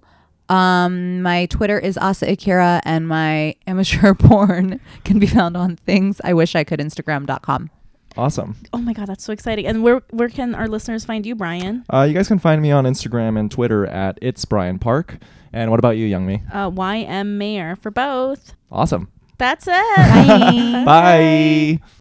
C: Um, my Twitter is Asa Akira, and my amateur porn can be found on things I wish I could Instagram.com.
B: Awesome.
A: Oh my god, that's so exciting! And where where can our listeners find you, Brian?
B: Uh, you guys can find me on Instagram and Twitter at It's Brian Park. And what about you, Young Me?
A: Uh, YM Mayor for both.
B: Awesome.
A: That's it.
C: Bye.
B: Bye.